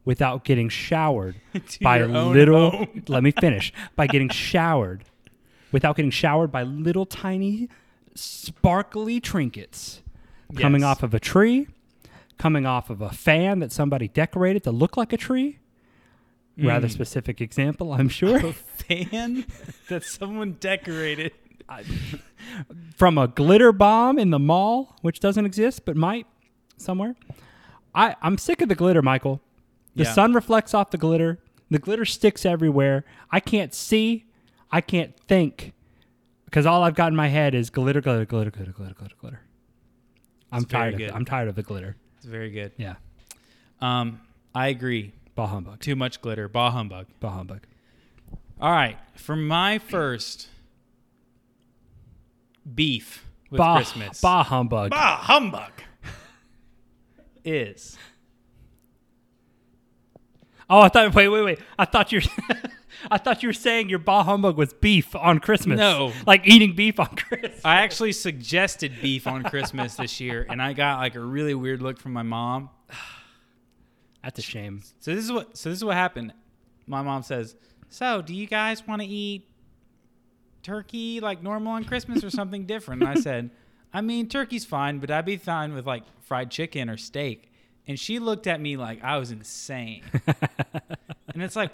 Speaker 2: without getting showered
Speaker 1: Into
Speaker 2: by
Speaker 1: your own
Speaker 2: little.
Speaker 1: home.
Speaker 2: let me finish. By getting showered, without getting showered by little tiny, sparkly trinkets coming
Speaker 1: Yes.
Speaker 2: off of a tree, coming off of a fan that somebody decorated to look like a tree. Rather
Speaker 1: Mm.
Speaker 2: specific example, I'm sure.
Speaker 1: A fan that someone decorated.
Speaker 2: From a glitter bomb in the mall, which doesn't exist but might somewhere. I, I'm sick of the glitter, Michael. The
Speaker 1: Yeah.
Speaker 2: sun reflects off the glitter. The glitter sticks everywhere. I can't see. I can't think. Because all I've got in my head is glitter, glitter, glitter, glitter, glitter, glitter, glitter. I'm
Speaker 1: It's very
Speaker 2: tired. Of,
Speaker 1: good.
Speaker 2: I'm tired of the glitter.
Speaker 1: It's very good.
Speaker 2: Yeah.
Speaker 1: Um, I agree.
Speaker 2: Bah humbug.
Speaker 1: Too much glitter. Bah humbug.
Speaker 2: Bah humbug.
Speaker 1: All right. For my first beef with
Speaker 2: Bah,
Speaker 1: Christmas.
Speaker 2: bah humbug.
Speaker 1: bah humbug is
Speaker 2: Oh, I thought. Wait, wait, wait. I thought you're. I thought you were saying your bah humbug was beef on Christmas.
Speaker 1: No.
Speaker 2: like eating beef on Christmas.
Speaker 1: I actually suggested beef on Christmas this year, and I got like a really weird look from my mom.
Speaker 2: That's a shame.
Speaker 1: So this is what so this is what happened. My mom says, "So, do you guys want to eat turkey like normal on Christmas or something different?" And I said, "I mean, turkey's fine, but I'd be fine with like fried chicken or steak." And she looked at me like I was insane. and it's like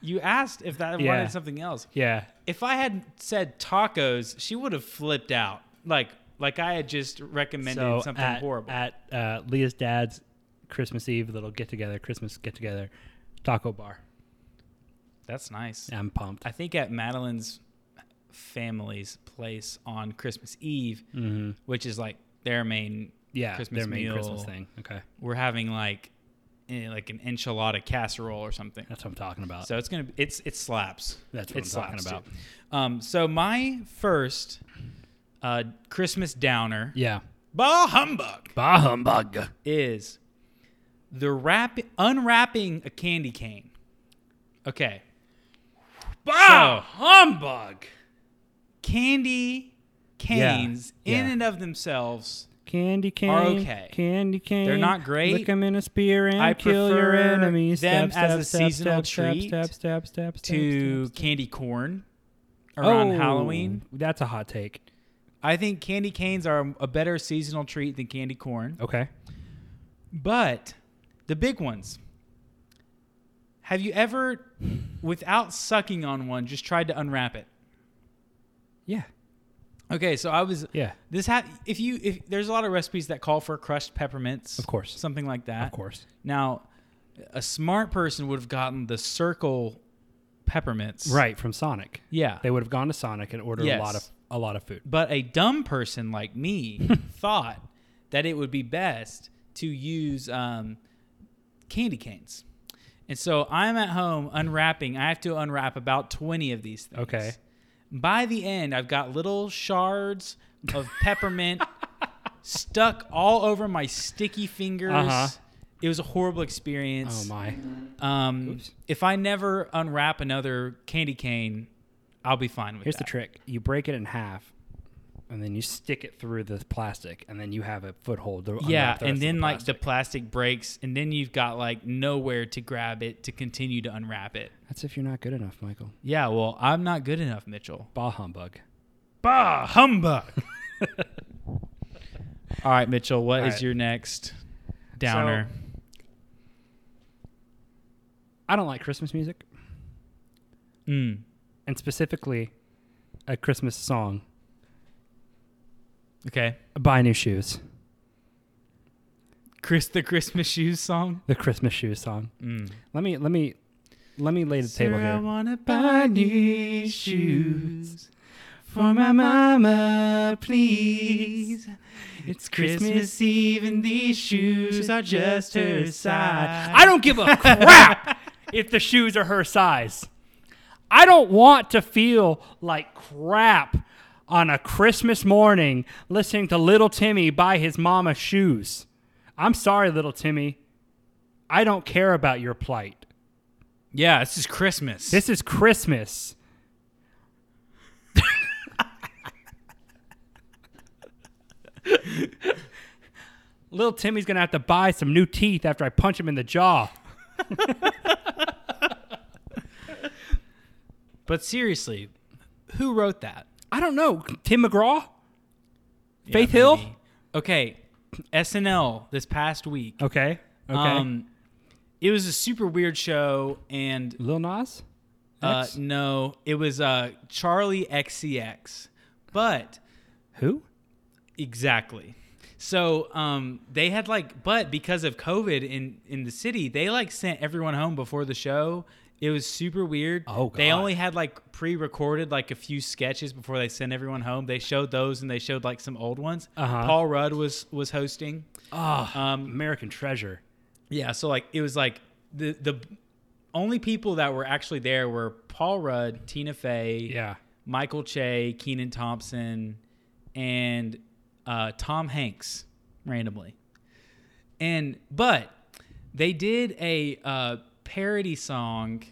Speaker 1: you asked if I
Speaker 2: Yeah.
Speaker 1: wanted something else.
Speaker 2: Yeah.
Speaker 1: If I had said tacos, she would have flipped out. Like like I had just recommended
Speaker 2: so
Speaker 1: something
Speaker 2: at,
Speaker 1: horrible.
Speaker 2: at uh, Leah's dad's Christmas Eve little get together, Christmas get together, taco bar.
Speaker 1: That's nice.
Speaker 2: I'm pumped.
Speaker 1: I think at Madeline's family's place on Christmas Eve,
Speaker 2: Mm-hmm.
Speaker 1: which is like their main
Speaker 2: yeah,
Speaker 1: Christmas
Speaker 2: their main
Speaker 1: meal.
Speaker 2: Christmas thing. Okay,
Speaker 1: We're having like eh, like an enchilada casserole or something.
Speaker 2: that's what I'm talking about.
Speaker 1: So it's gonna it's it slaps.
Speaker 2: That's what
Speaker 1: it
Speaker 2: I'm talking
Speaker 1: slaps, dude. Um, so my first uh, Christmas downer,
Speaker 2: yeah,
Speaker 1: bah humbug,
Speaker 2: bah humbug.
Speaker 1: is the wrap unwrapping a candy cane. Okay, Ah!
Speaker 2: Bah humbug.
Speaker 1: candy
Speaker 2: Yeah,
Speaker 1: canes in
Speaker 2: yeah.
Speaker 1: and of themselves.
Speaker 2: Candy cane.
Speaker 1: okay.
Speaker 2: Candy cane.
Speaker 1: not great.
Speaker 2: Lick 'em in a spear and
Speaker 1: I
Speaker 2: kill your
Speaker 1: prefer
Speaker 2: enemies.
Speaker 1: them
Speaker 2: Stab,
Speaker 1: as
Speaker 2: stab,
Speaker 1: a
Speaker 2: stab,
Speaker 1: seasonal
Speaker 2: stab,
Speaker 1: treat
Speaker 2: Stab, stab, stab, stab,
Speaker 1: to
Speaker 2: stab, stab.
Speaker 1: candy corn around
Speaker 2: Oh,
Speaker 1: Halloween.
Speaker 2: That's a hot take.
Speaker 1: I think candy canes are a better seasonal treat than candy corn.
Speaker 2: Okay.
Speaker 1: But the big ones. Have you ever, without sucking on one, just tried to unwrap it?
Speaker 2: Yeah.
Speaker 1: Okay, so I was.
Speaker 2: Yeah.
Speaker 1: This ha- if you if there's a lot of recipes that call for crushed peppermints,
Speaker 2: Of course.
Speaker 1: something like that.
Speaker 2: Of course.
Speaker 1: Now, a smart person would have gotten the circle peppermints,
Speaker 2: Right from Sonic.
Speaker 1: Yeah,
Speaker 2: They would have gone to Sonic and ordered a lot of
Speaker 1: Yes.
Speaker 2: a lot of food.
Speaker 1: But a dumb person like me thought that it would be best to use um, candy canes. And so I'm at home unwrapping. I have to unwrap about 20 of these things.
Speaker 2: Okay.
Speaker 1: By the end, I've got little shards of peppermint stuck all over my sticky fingers.
Speaker 2: Uh-huh.
Speaker 1: It was a horrible experience.
Speaker 2: Oh my.
Speaker 1: Um, if I never unwrap another candy cane, I'll be fine with
Speaker 2: Here's
Speaker 1: that.
Speaker 2: the trick: you break it in half, and then you stick it through the plastic, and then you have a foothold. To
Speaker 1: yeah
Speaker 2: unwrap the rest
Speaker 1: and
Speaker 2: of
Speaker 1: then
Speaker 2: the
Speaker 1: like
Speaker 2: plastic.
Speaker 1: the plastic breaks and then you've got like nowhere to grab it to continue to unwrap it
Speaker 2: that's if you're not good enough, Michael.
Speaker 1: yeah well i'm not good enough mitchell
Speaker 2: Bah humbug.
Speaker 1: bah humbug all right mitchell what is
Speaker 2: right.
Speaker 1: your next downer
Speaker 2: I don't like Christmas music,
Speaker 1: mm.
Speaker 2: and specifically, a Christmas song.
Speaker 1: okay
Speaker 2: Buy new shoes.
Speaker 1: chris the christmas shoes song
Speaker 2: The Christmas shoes song.
Speaker 1: mm.
Speaker 2: Let me let me let me lay the table
Speaker 1: Sir, i
Speaker 2: here.
Speaker 1: wanna buy new shoes
Speaker 2: For my mama,
Speaker 1: please
Speaker 2: It's
Speaker 1: Christmas Eve and these shoes are just her size.
Speaker 2: I don't give a crap if the shoes are her size. I don't want to feel like crap on a Christmas morning listening to little Timmy buy his mama shoes. I'm sorry, little Timmy. I don't care about your plight.
Speaker 1: yeah this is christmas
Speaker 2: This is Christmas. Little Timmy's gonna have to buy some new teeth after I punch him in the jaw.
Speaker 1: but seriously who wrote that
Speaker 2: I don't know, Tim McGraw.
Speaker 1: Yeah,
Speaker 2: Faith Hill?
Speaker 1: maybe. Okay, SNL this past week.
Speaker 2: Okay. Okay.
Speaker 1: Um, it was a super weird show, and
Speaker 2: Lil Nas.
Speaker 1: uh,
Speaker 2: X?
Speaker 1: no, it was uh, Charlie XCX, but
Speaker 2: Who?
Speaker 1: Exactly. So um, they had like, but because of COVID in in the city, they like sent everyone home before the show. It was super weird.
Speaker 2: Oh, God.
Speaker 1: They only had like pre-recorded like a few sketches before they sent everyone home. They showed those and they showed like some old ones.
Speaker 2: Uh-huh.
Speaker 1: Paul Rudd was was hosting.
Speaker 2: Oh,
Speaker 1: Um,
Speaker 2: American Treasure.
Speaker 1: yeah, so like it was like the the only people that were actually there were Paul Rudd, Tina Fey,
Speaker 2: Yeah.
Speaker 1: Michael Che, Keenan Thompson, and uh, Tom Hanks randomly. And but they did a uh, parody song,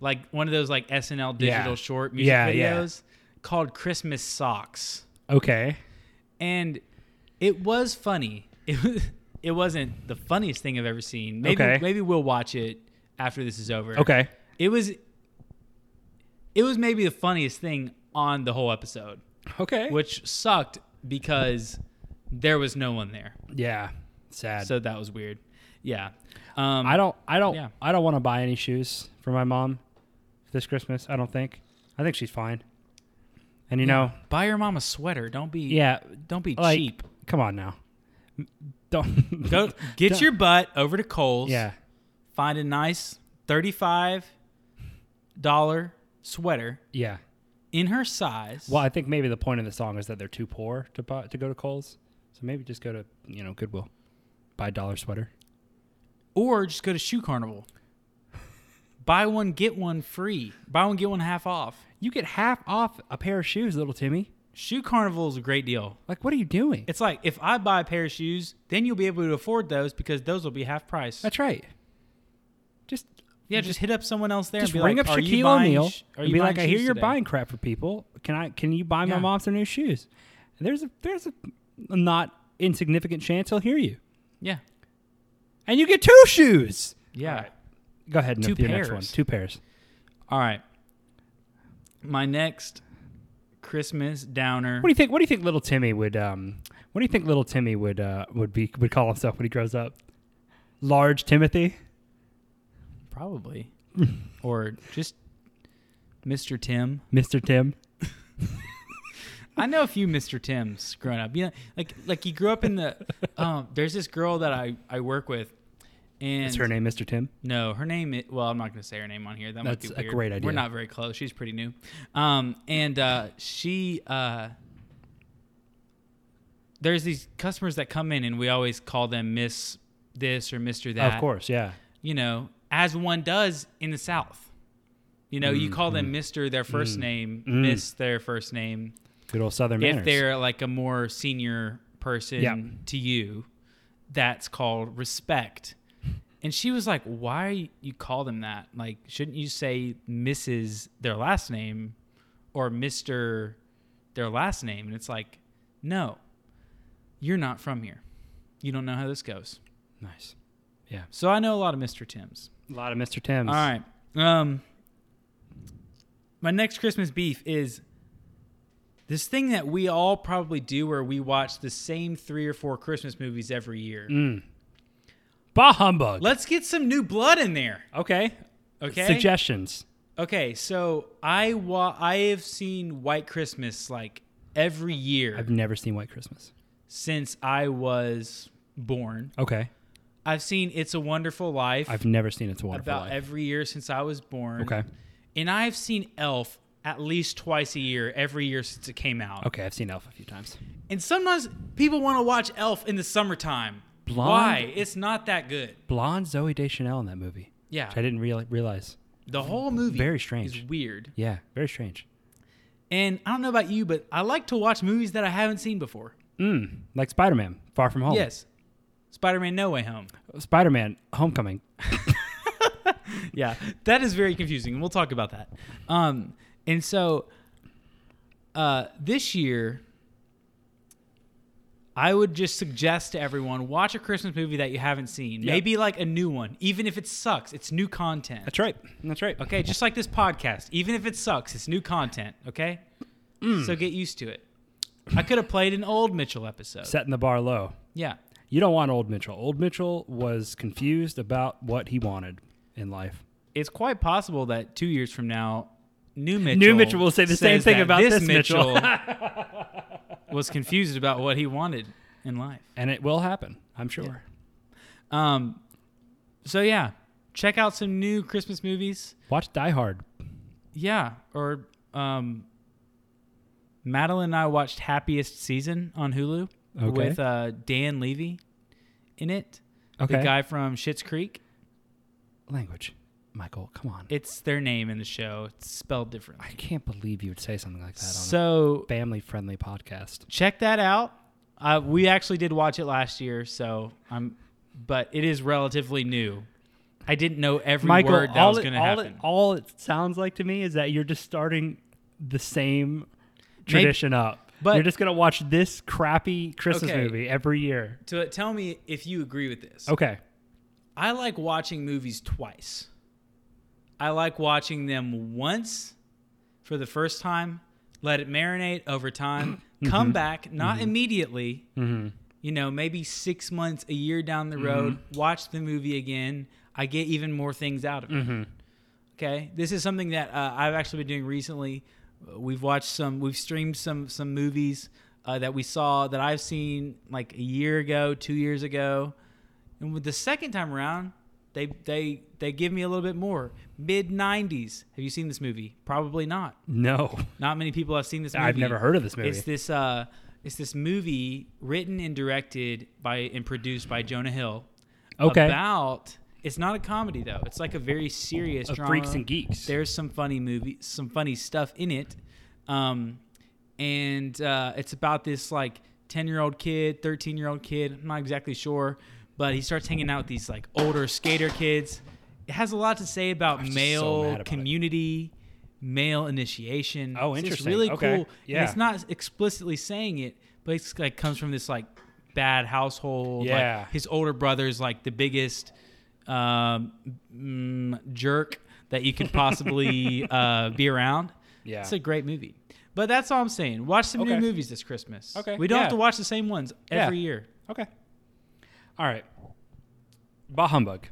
Speaker 1: like one of those like SNL
Speaker 2: Yeah.
Speaker 1: digital short music
Speaker 2: Yeah, yeah.
Speaker 1: videos called Christmas Socks
Speaker 2: Okay.
Speaker 1: and it was funny. It was, it wasn't the funniest thing I've ever seen. Maybe
Speaker 2: Okay.
Speaker 1: maybe we'll watch it after this is over.
Speaker 2: Okay.
Speaker 1: It was it was maybe the funniest thing on the whole episode,
Speaker 2: Okay.
Speaker 1: which sucked because there was no one there.
Speaker 2: yeah. Sad.
Speaker 1: So that was weird. Yeah. Um
Speaker 2: I don't. I don't.
Speaker 1: Yeah.
Speaker 2: I don't want to buy any shoes for my mom this Christmas. I don't think. I think she's fine. And you know,
Speaker 1: buy your mom a sweater. Don't be
Speaker 2: yeah.
Speaker 1: don't be
Speaker 2: Like,
Speaker 1: cheap.
Speaker 2: come on now. Don't.
Speaker 1: Go get
Speaker 2: don't-
Speaker 1: your butt over to Kohl's.
Speaker 2: yeah.
Speaker 1: Find a nice thirty-five dollar sweater.
Speaker 2: Yeah.
Speaker 1: in her size.
Speaker 2: Well, I think maybe the point of the song is that they're too poor to buy, to go to Kohl's. So maybe just go to you know Goodwill, buy a dollar sweater.
Speaker 1: Or just go to Shoe Carnival. Buy one, get one free. Buy one, get one half off.
Speaker 2: You get half off a pair of shoes, little Timmy.
Speaker 1: Shoe Carnival is a great deal.
Speaker 2: Like, what are you doing?
Speaker 1: It's like if I buy a pair of shoes, then you'll be able to afford those because those will be half price.
Speaker 2: That's right. Just
Speaker 1: yeah, just hit up someone else there.
Speaker 2: just
Speaker 1: and be
Speaker 2: ring
Speaker 1: like,
Speaker 2: up
Speaker 1: "Are you
Speaker 2: Shaquille
Speaker 1: buying
Speaker 2: O'Neal
Speaker 1: sh- are
Speaker 2: and
Speaker 1: you
Speaker 2: be like,
Speaker 1: buying
Speaker 2: I hear
Speaker 1: shoes
Speaker 2: you're
Speaker 1: today?"
Speaker 2: buying crap for people. Can I? Can you buy my
Speaker 1: Yeah.
Speaker 2: mom some new shoes? And there's a there's a not insignificant chance he'll hear you,
Speaker 1: Yeah,
Speaker 2: and you get two shoes.
Speaker 1: yeah.
Speaker 2: All right. Go ahead and
Speaker 1: Two
Speaker 2: with your next one.
Speaker 1: pairs.
Speaker 2: Two pairs.
Speaker 1: All right. My next Christmas downer.
Speaker 2: What do you think? What do you think little Timmy would? Um, what do you think little Timmy would uh, would be would call himself when he grows up? Large Timothy.
Speaker 1: Probably. or just Mr. Tim.
Speaker 2: Mr. Tim.
Speaker 1: I know a few Mr. Tims growing up. You know, like like you grew up in the. Um, there's this girl that I I work with, and
Speaker 2: Is her name Mr. Tim?
Speaker 1: No, her name. i well, I'm not going to say her name on here. That
Speaker 2: That's
Speaker 1: might
Speaker 2: a
Speaker 1: be weird.
Speaker 2: great idea.
Speaker 1: We're not very close. She's pretty new, um, and uh, she. Uh, there's these customers that come in, and we always call them Miss this or Mister that.
Speaker 2: Of course, yeah.
Speaker 1: you know, as one does in the South. You know, you call them Mister their first name,
Speaker 2: Mm.
Speaker 1: Miss their first name
Speaker 2: Good old Southern
Speaker 1: if
Speaker 2: manners.
Speaker 1: they're like a more senior person
Speaker 2: Yeah.
Speaker 1: to you that's called respect and she was like why you call them that like shouldn't you say mrs their last name or mr their last name and it's like no you're not from here you don't know how this goes
Speaker 2: nice.
Speaker 1: so i know a lot of mr tims
Speaker 2: A lot of Mr. Tims.
Speaker 1: all right. Um, my next Christmas beef is this thing that we all probably do, where we watch the same three or four Christmas movies every year.
Speaker 2: Mm. Bah humbug.
Speaker 1: Let's get some new blood in there.
Speaker 2: okay.
Speaker 1: Okay.
Speaker 2: Suggestions.
Speaker 1: okay. So I wa- I have seen White Christmas like every year
Speaker 2: I've never seen White Christmas.
Speaker 1: since I was born.
Speaker 2: Okay.
Speaker 1: I've seen It's a Wonderful Life
Speaker 2: I've never seen It's a Wonderful
Speaker 1: about
Speaker 2: Life.
Speaker 1: every year since I was born.
Speaker 2: okay.
Speaker 1: And I've seen Elf at least twice a year, every year since it came out.
Speaker 2: Okay, I've seen Elf a few times.
Speaker 1: And sometimes people want to watch Elf in the summertime.
Speaker 2: Blonde?
Speaker 1: Why? It's not that good.
Speaker 2: Blonde Zoe Deschanel in that movie.
Speaker 1: Yeah.
Speaker 2: Which I didn't reali- realize.
Speaker 1: The whole movie
Speaker 2: Very strange.
Speaker 1: is weird.
Speaker 2: Yeah, very strange.
Speaker 1: And I don't know about you, but I like to watch movies that I haven't seen before.
Speaker 2: Mm, like Spider Man, Far From Home.
Speaker 1: Yes. Spider Man No Way Home.
Speaker 2: Spider Man, Homecoming.
Speaker 1: yeah, that is very confusing. and We'll talk about that. Um, and so uh, this year, I would just suggest to everyone watch a Christmas movie that you haven't seen.
Speaker 2: Yeah.
Speaker 1: Maybe like a new one, even if it sucks. It's new content.
Speaker 2: That's right. That's right.
Speaker 1: Okay, just
Speaker 2: Mm.
Speaker 1: like this podcast, even if it sucks, it's new content. Okay, so get used to it. I could have played an old Mitchell episode.
Speaker 2: setting the bar low.
Speaker 1: yeah.
Speaker 2: You don't want old Mitchell. Old Mitchell was confused about what he wanted in life.
Speaker 1: It's quite possible that two years from now, new Mitchell,
Speaker 2: Mitchell will say the same
Speaker 1: says
Speaker 2: thing
Speaker 1: that
Speaker 2: about this Mitchell.
Speaker 1: was confused about what he wanted in life.
Speaker 2: And it will happen, I'm sure.
Speaker 1: Um, so yeah, check out some new Christmas movies.
Speaker 2: Watch Die Hard.
Speaker 1: Yeah, or um, Madeline and I watched Happiest Season on Hulu
Speaker 2: Okay.
Speaker 1: with uh, Dan Levy in it,
Speaker 2: Okay.
Speaker 1: the guy from Schitt's Creek.
Speaker 2: Language. Michael, come on.
Speaker 1: It's their name in the show. It's spelled differently.
Speaker 2: I can't believe you would say something like that on
Speaker 1: So
Speaker 2: a family friendly podcast.
Speaker 1: check that out. Uh, we actually did watch it last year, so I'm, but it is relatively new. I didn't know every word that was going to
Speaker 2: all,
Speaker 1: happen.
Speaker 2: it, all it sounds like to me is that you're just starting the same tradition up.
Speaker 1: but-
Speaker 2: you're just going to watch this crappy Christmas
Speaker 1: Okay.
Speaker 2: movie every year.
Speaker 1: to tell me if you agree with this.
Speaker 2: Okay.
Speaker 1: I like watching movies twice. I like watching them once for the first time, let it marinate over time, come back, not immediately,
Speaker 2: Mm-hmm.
Speaker 1: you know, maybe six months, a year down the road, watch the movie again. I get even more things out of it.
Speaker 2: Mm-hmm.
Speaker 1: Okay. This is something that uh, I've actually been doing recently. Uh, We've watched some, we've streamed some, some movies uh, that we saw that I've seen like a year ago, two years ago. And with the second time around, they they they give me a little bit more. Mid '90s. Have you seen this movie? Probably not.
Speaker 2: No.
Speaker 1: Not many people have seen this movie.
Speaker 2: I've never heard of this movie.
Speaker 1: It's this uh, it's this movie written and directed by and produced by Jonah Hill.
Speaker 2: Okay.
Speaker 1: About it's not a comedy though. It's like a very serious
Speaker 2: Of
Speaker 1: drama.
Speaker 2: Freaks and Geeks.
Speaker 1: There's some funny movie, some funny stuff in it, um, and uh, it's about this like ten year old kid, thirteen year old kid. I'm not exactly sure, but he starts hanging out with these like older skater kids. It has a lot to say about
Speaker 2: just so
Speaker 1: male
Speaker 2: mad about it.
Speaker 1: community, male initiation.
Speaker 2: Oh,
Speaker 1: It's just
Speaker 2: interesting.
Speaker 1: really
Speaker 2: Okay.
Speaker 1: cool.
Speaker 2: Yeah.
Speaker 1: And it's not explicitly saying it, but it's like comes from this like bad household.
Speaker 2: Yeah.
Speaker 1: Like his older brother's like the biggest um, mm, jerk that you could possibly uh, be around.
Speaker 2: Yeah.
Speaker 1: It's a great movie. But that's all I'm saying. Watch some
Speaker 2: Okay.
Speaker 1: new movies this Christmas.
Speaker 2: Okay.
Speaker 1: We don't
Speaker 2: Yeah.
Speaker 1: have to watch the same ones
Speaker 2: Yeah.
Speaker 1: every year.
Speaker 2: Okay. All right. Bah humbug.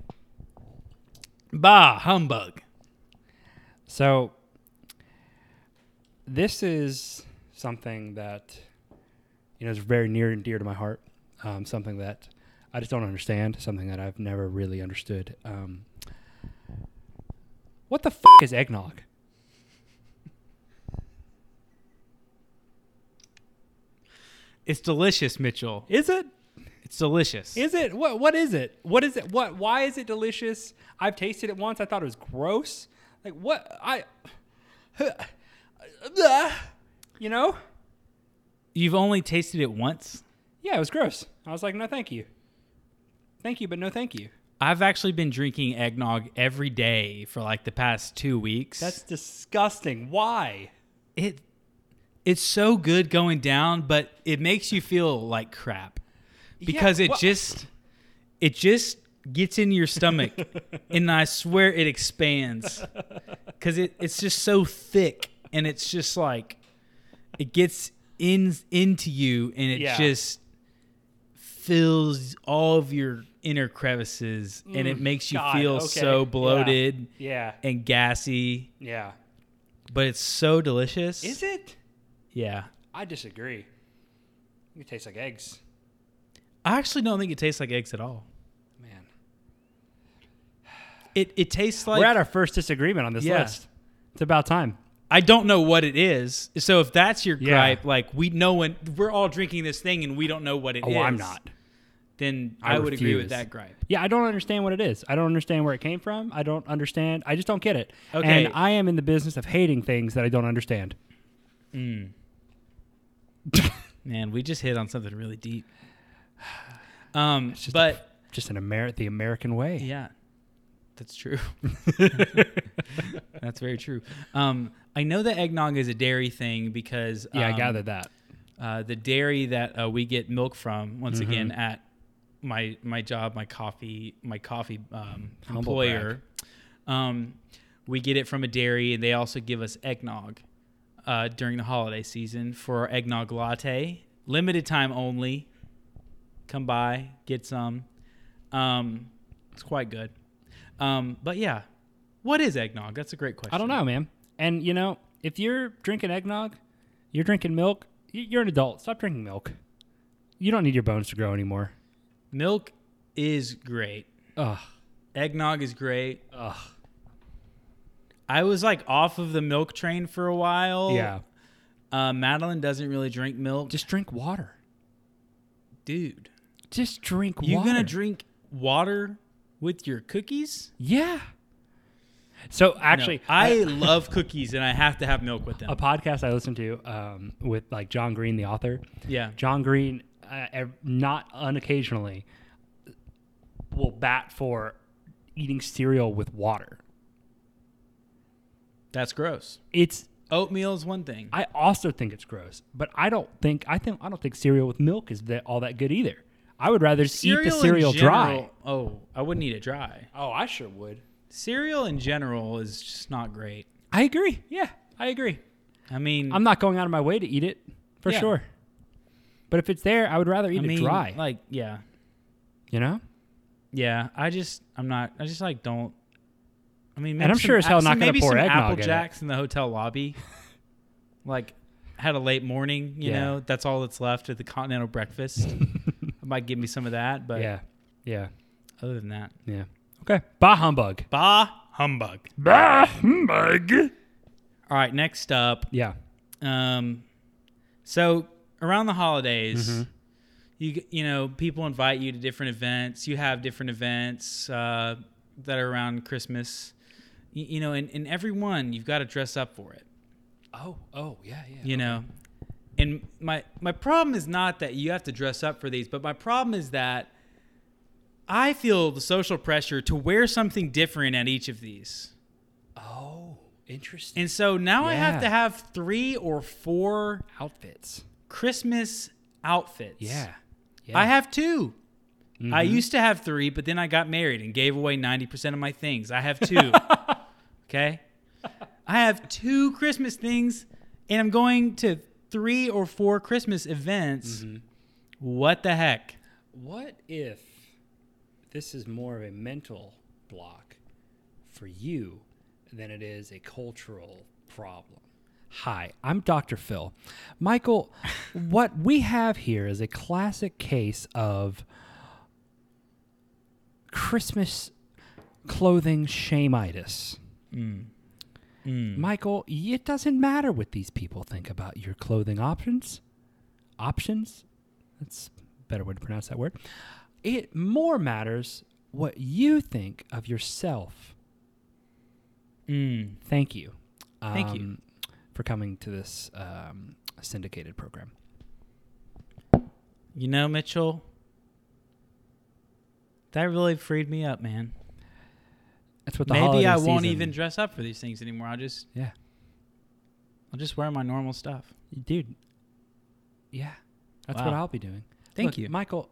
Speaker 1: Bah humbug.
Speaker 2: So this is something that you know is very near and dear to my heart. Um, something that I just don't understand. Something that I've never really understood. Um, what the f- is eggnog?
Speaker 1: It's delicious, Mitchell.
Speaker 2: Is it?
Speaker 1: It's delicious.
Speaker 2: Is it? What? What is it? What is it? What? Why is it delicious? I've tasted it once. I thought it was gross. Like what? I. You know?
Speaker 1: You've only tasted it once.
Speaker 2: Yeah, it was gross. I was like, no, thank you. Thank you, but no, thank you.
Speaker 1: I've actually been drinking eggnog every day for like the past two weeks.
Speaker 2: That's disgusting. Why?
Speaker 1: it. It's so good going down, but it makes you feel like crap because it
Speaker 2: well-
Speaker 1: just it just gets in your stomach, and I swear it expands because it, it's just so thick and it's just like it gets in into you and it
Speaker 2: Yeah.
Speaker 1: just fills all of your inner crevices and it makes you
Speaker 2: Mm, God,
Speaker 1: feel
Speaker 2: okay.
Speaker 1: so
Speaker 2: Yeah.
Speaker 1: bloated
Speaker 2: Yeah.
Speaker 1: and gassy,
Speaker 2: Yeah.
Speaker 1: but it's so delicious.
Speaker 2: Is it?
Speaker 1: Yeah.
Speaker 2: I disagree. It tastes like eggs.
Speaker 1: I actually don't think it tastes like eggs at all.
Speaker 2: Man.
Speaker 1: It it tastes like
Speaker 2: We're at our first disagreement on this
Speaker 1: Yeah.
Speaker 2: list. It's about time.
Speaker 1: I don't know what it is. So if that's your
Speaker 2: Yeah.
Speaker 1: gripe, like we know when we're all drinking this thing and we don't know what it
Speaker 2: Oh,
Speaker 1: is,
Speaker 2: I'm not.
Speaker 1: Then
Speaker 2: I
Speaker 1: I, would agree
Speaker 2: refuse.
Speaker 1: with that gripe.
Speaker 2: Yeah, I don't understand what it is. I don't understand where it came from. I don't understand. I just don't get it.
Speaker 1: Okay.
Speaker 2: And I am in the business of hating things that I don't understand. Mm.
Speaker 1: Man, we just hit on something really deep. Um,
Speaker 2: just a-
Speaker 1: but
Speaker 2: Just an Ameri- the American way.
Speaker 1: yeah, that's true. that's very true. Um, I know that eggnog is a dairy thing because
Speaker 2: Yeah, I
Speaker 1: um,
Speaker 2: gathered that.
Speaker 1: uh, the dairy that uh, we get milk from once
Speaker 2: Mm-hmm.
Speaker 1: again at my my job my coffee my coffee um,
Speaker 2: Humble brag.
Speaker 1: employer um, we get it from a dairy and they also give us eggnog uh, during the holiday season for our eggnog latte. Limited time only. Come by, get some. Um, it's quite good. Um, but yeah, what is eggnog? That's a great question.
Speaker 2: I don't know, man. And you know, if you're drinking eggnog, you're drinking milk. y- You're an adult. Stop drinking milk. You don't need your bones to grow anymore.
Speaker 1: Milk is great.
Speaker 2: Ugh.
Speaker 1: Eggnog is great.
Speaker 2: Ugh.
Speaker 1: I was like off of the milk train for a while.
Speaker 2: Yeah.
Speaker 1: Uh, Madeline doesn't really drink milk.
Speaker 2: Just drink water.
Speaker 1: dude,
Speaker 2: Just drink
Speaker 1: you
Speaker 2: water.
Speaker 1: gonna drink water with your cookies?
Speaker 2: Yeah. So actually,
Speaker 1: No. I love cookies and I have to have milk with them.
Speaker 2: a podcast I listened to um, with like John Green, the author.
Speaker 1: yeah.
Speaker 2: John Green, uh, ev- not unoccasionally, will bat for eating cereal with water.
Speaker 1: That's gross.
Speaker 2: It's
Speaker 1: Oatmeal is one thing.
Speaker 2: I also think it's gross, but I don't think I think I don't think cereal with milk is that all that good either. I would rather just eat the
Speaker 1: in
Speaker 2: cereal dry.
Speaker 1: general- Oh, I wouldn't eat it dry.
Speaker 2: Oh, I sure would.
Speaker 1: Cereal in general is just not great.
Speaker 2: I agree. Yeah, I agree.
Speaker 1: I mean,
Speaker 2: I'm not going out of my way to eat it for
Speaker 1: Yeah.
Speaker 2: sure. But if it's there, I would rather eat
Speaker 1: I
Speaker 2: it
Speaker 1: mean,
Speaker 2: dry.
Speaker 1: Like, yeah,
Speaker 2: you know,
Speaker 1: yeah. I just, I'm not. I just like don't. I mean,
Speaker 2: I'm sure as hell not gonna
Speaker 1: maybe
Speaker 2: pour
Speaker 1: some
Speaker 2: eggnog
Speaker 1: Apple
Speaker 2: in it.
Speaker 1: Jacks in the hotel lobby. like, had a late morning. You
Speaker 2: Yeah.
Speaker 1: know, that's all that's left of the continental breakfast. I might give me some of that, but
Speaker 2: yeah, yeah,
Speaker 1: other than that,
Speaker 2: yeah. Okay, bah humbug.
Speaker 1: bah humbug.
Speaker 2: Bah humbug.
Speaker 1: All right, next up,
Speaker 2: Yeah,
Speaker 1: Um, so around the holidays,
Speaker 2: Mm-hmm.
Speaker 1: you g- you know people invite you to different events. You have different events uh, that are around Christmas. You, you know, and, and every one you've got to dress up for it.
Speaker 2: Oh, oh, yeah, yeah.
Speaker 1: You know, and my my problem is not that you have to dress up for these, but my problem is that I feel the social pressure to wear something different at each of these.
Speaker 2: Oh, interesting.
Speaker 1: And so now I have
Speaker 2: Yeah.
Speaker 1: to have three or four
Speaker 2: Outfits.
Speaker 1: Christmas outfits.
Speaker 2: Yeah. Mm-hmm.
Speaker 1: I have 2 I used to have three, but then I got married and gave away 90% of my things. I have two. okay. I have two Christmas things, and I'm going to three or four Christmas events.
Speaker 2: Mm-hmm.
Speaker 1: What the heck?
Speaker 2: What if this is more of a mental block for you than it is a cultural problem? Hi, I'm Dr. Phil. Michael, what we have here is a classic case of Christmas clothing shameitis. Michael, it doesn't matter what these people think about your clothing options. Options? That's a better way to pronounce that word. It more matters what you think of yourself.
Speaker 1: Mm.
Speaker 2: Thank you.
Speaker 1: Thank you.
Speaker 2: um, for coming to this um, syndicated program.
Speaker 1: You know, Mitchell, that really freed me up, man.
Speaker 2: That's what the
Speaker 1: Maybe
Speaker 2: holiday
Speaker 1: I won't
Speaker 2: season-
Speaker 1: even dress up for these things anymore. I'll just
Speaker 2: Yeah,
Speaker 1: I'll just wear my normal stuff.
Speaker 2: dude. Yeah, that's what
Speaker 1: Wow.
Speaker 2: I'll be doing.
Speaker 1: Thank
Speaker 2: Look,
Speaker 1: you.
Speaker 2: Michael.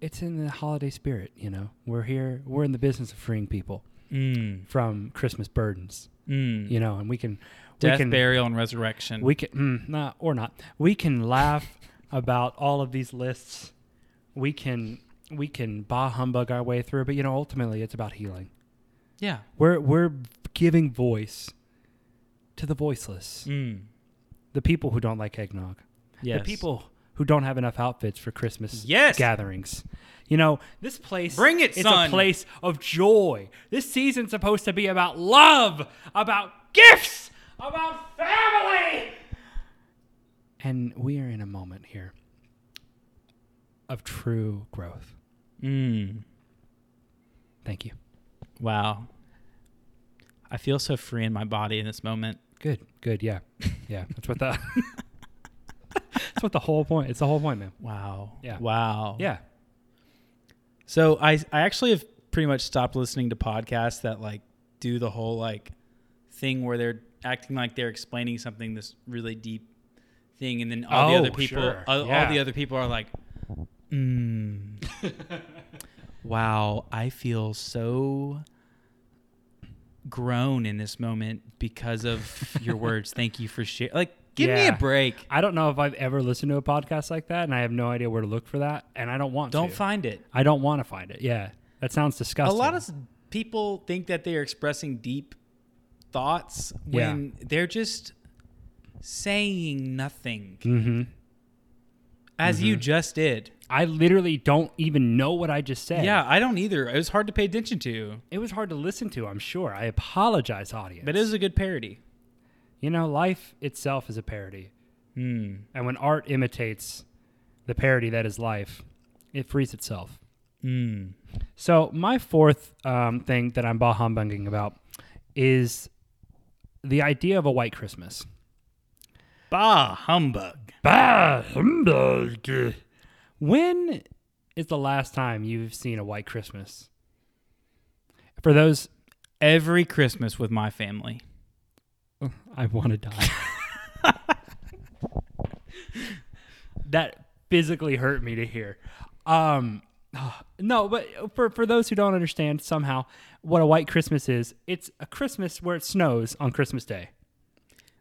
Speaker 2: It's in the holiday spirit, you know. We're here. We're in the business of freeing people
Speaker 1: Mm.
Speaker 2: from Christmas burdens,
Speaker 1: Mm.
Speaker 2: you know, and we can we
Speaker 1: Death,
Speaker 2: can
Speaker 1: burial, and resurrection.
Speaker 2: We can, mm, nah, or not. We can laugh about all of these lists. We can, we can bah humbug our way through. But you know, ultimately, it's about healing.
Speaker 1: yeah.
Speaker 2: We're we're giving voice to the voiceless,
Speaker 1: Mm.
Speaker 2: the people who don't like eggnog,
Speaker 1: Yes.
Speaker 2: the people who don't have enough outfits for Christmas
Speaker 1: Yes.
Speaker 2: gatherings. You know, this place
Speaker 1: Bring it,
Speaker 2: it's
Speaker 1: son.
Speaker 2: a place of joy. This season's supposed to be about love, about gifts, about family. And we are in a moment here of true growth.
Speaker 1: Mm.
Speaker 2: Thank you.
Speaker 1: Wow. I feel so free in my body in this moment.
Speaker 2: Good. Good. Yeah. Yeah. That's what the That's what the whole point. It's the whole point, man.
Speaker 1: Wow.
Speaker 2: Yeah.
Speaker 1: Wow.
Speaker 2: Yeah.
Speaker 1: So I I actually have pretty much stopped listening to podcasts that like do the whole like thing where they're acting like they're explaining something this really deep thing and then all the
Speaker 2: Oh,
Speaker 1: other people
Speaker 2: sure.
Speaker 1: all, all
Speaker 2: Yeah.
Speaker 1: the other people are like mm, wow i feel so grown in this moment because of your words. Thank you for sharing. Like, give me
Speaker 2: Yeah.
Speaker 1: a break.
Speaker 2: I don't know if I've ever listened to a podcast like that, and I have no idea where to look for that, and I don't want
Speaker 1: Don't
Speaker 2: to.
Speaker 1: find it.
Speaker 2: I don't want to find it. Yeah, that sounds
Speaker 1: A
Speaker 2: disgusting.
Speaker 1: lot of s- people think that they are expressing deep thoughts
Speaker 2: Yeah.
Speaker 1: when they're just saying nothing,
Speaker 2: hmm
Speaker 1: as you just did.
Speaker 2: I literally don't even know what I just said.
Speaker 1: Yeah, I don't either. It was hard to pay attention to,
Speaker 2: it was hard to listen to. I'm sure. I apologize, audience.
Speaker 1: but it was a good parody.
Speaker 2: you know, life itself is a parody,
Speaker 1: Hmm.
Speaker 2: and when art imitates the parody that is life, it frees itself.
Speaker 1: Hmm.
Speaker 2: So my fourth um, thing that I'm bah humbugging about is the idea of a white Christmas.
Speaker 1: Bah humbug.
Speaker 2: Bah humbug. When is the last time you've seen a white Christmas? For those,
Speaker 1: Every Christmas with my family.
Speaker 2: I want to die. that physically hurt me to hear. Um, no, but for, for those who don't understand somehow what a white Christmas is, it's a Christmas where it snows on Christmas Day.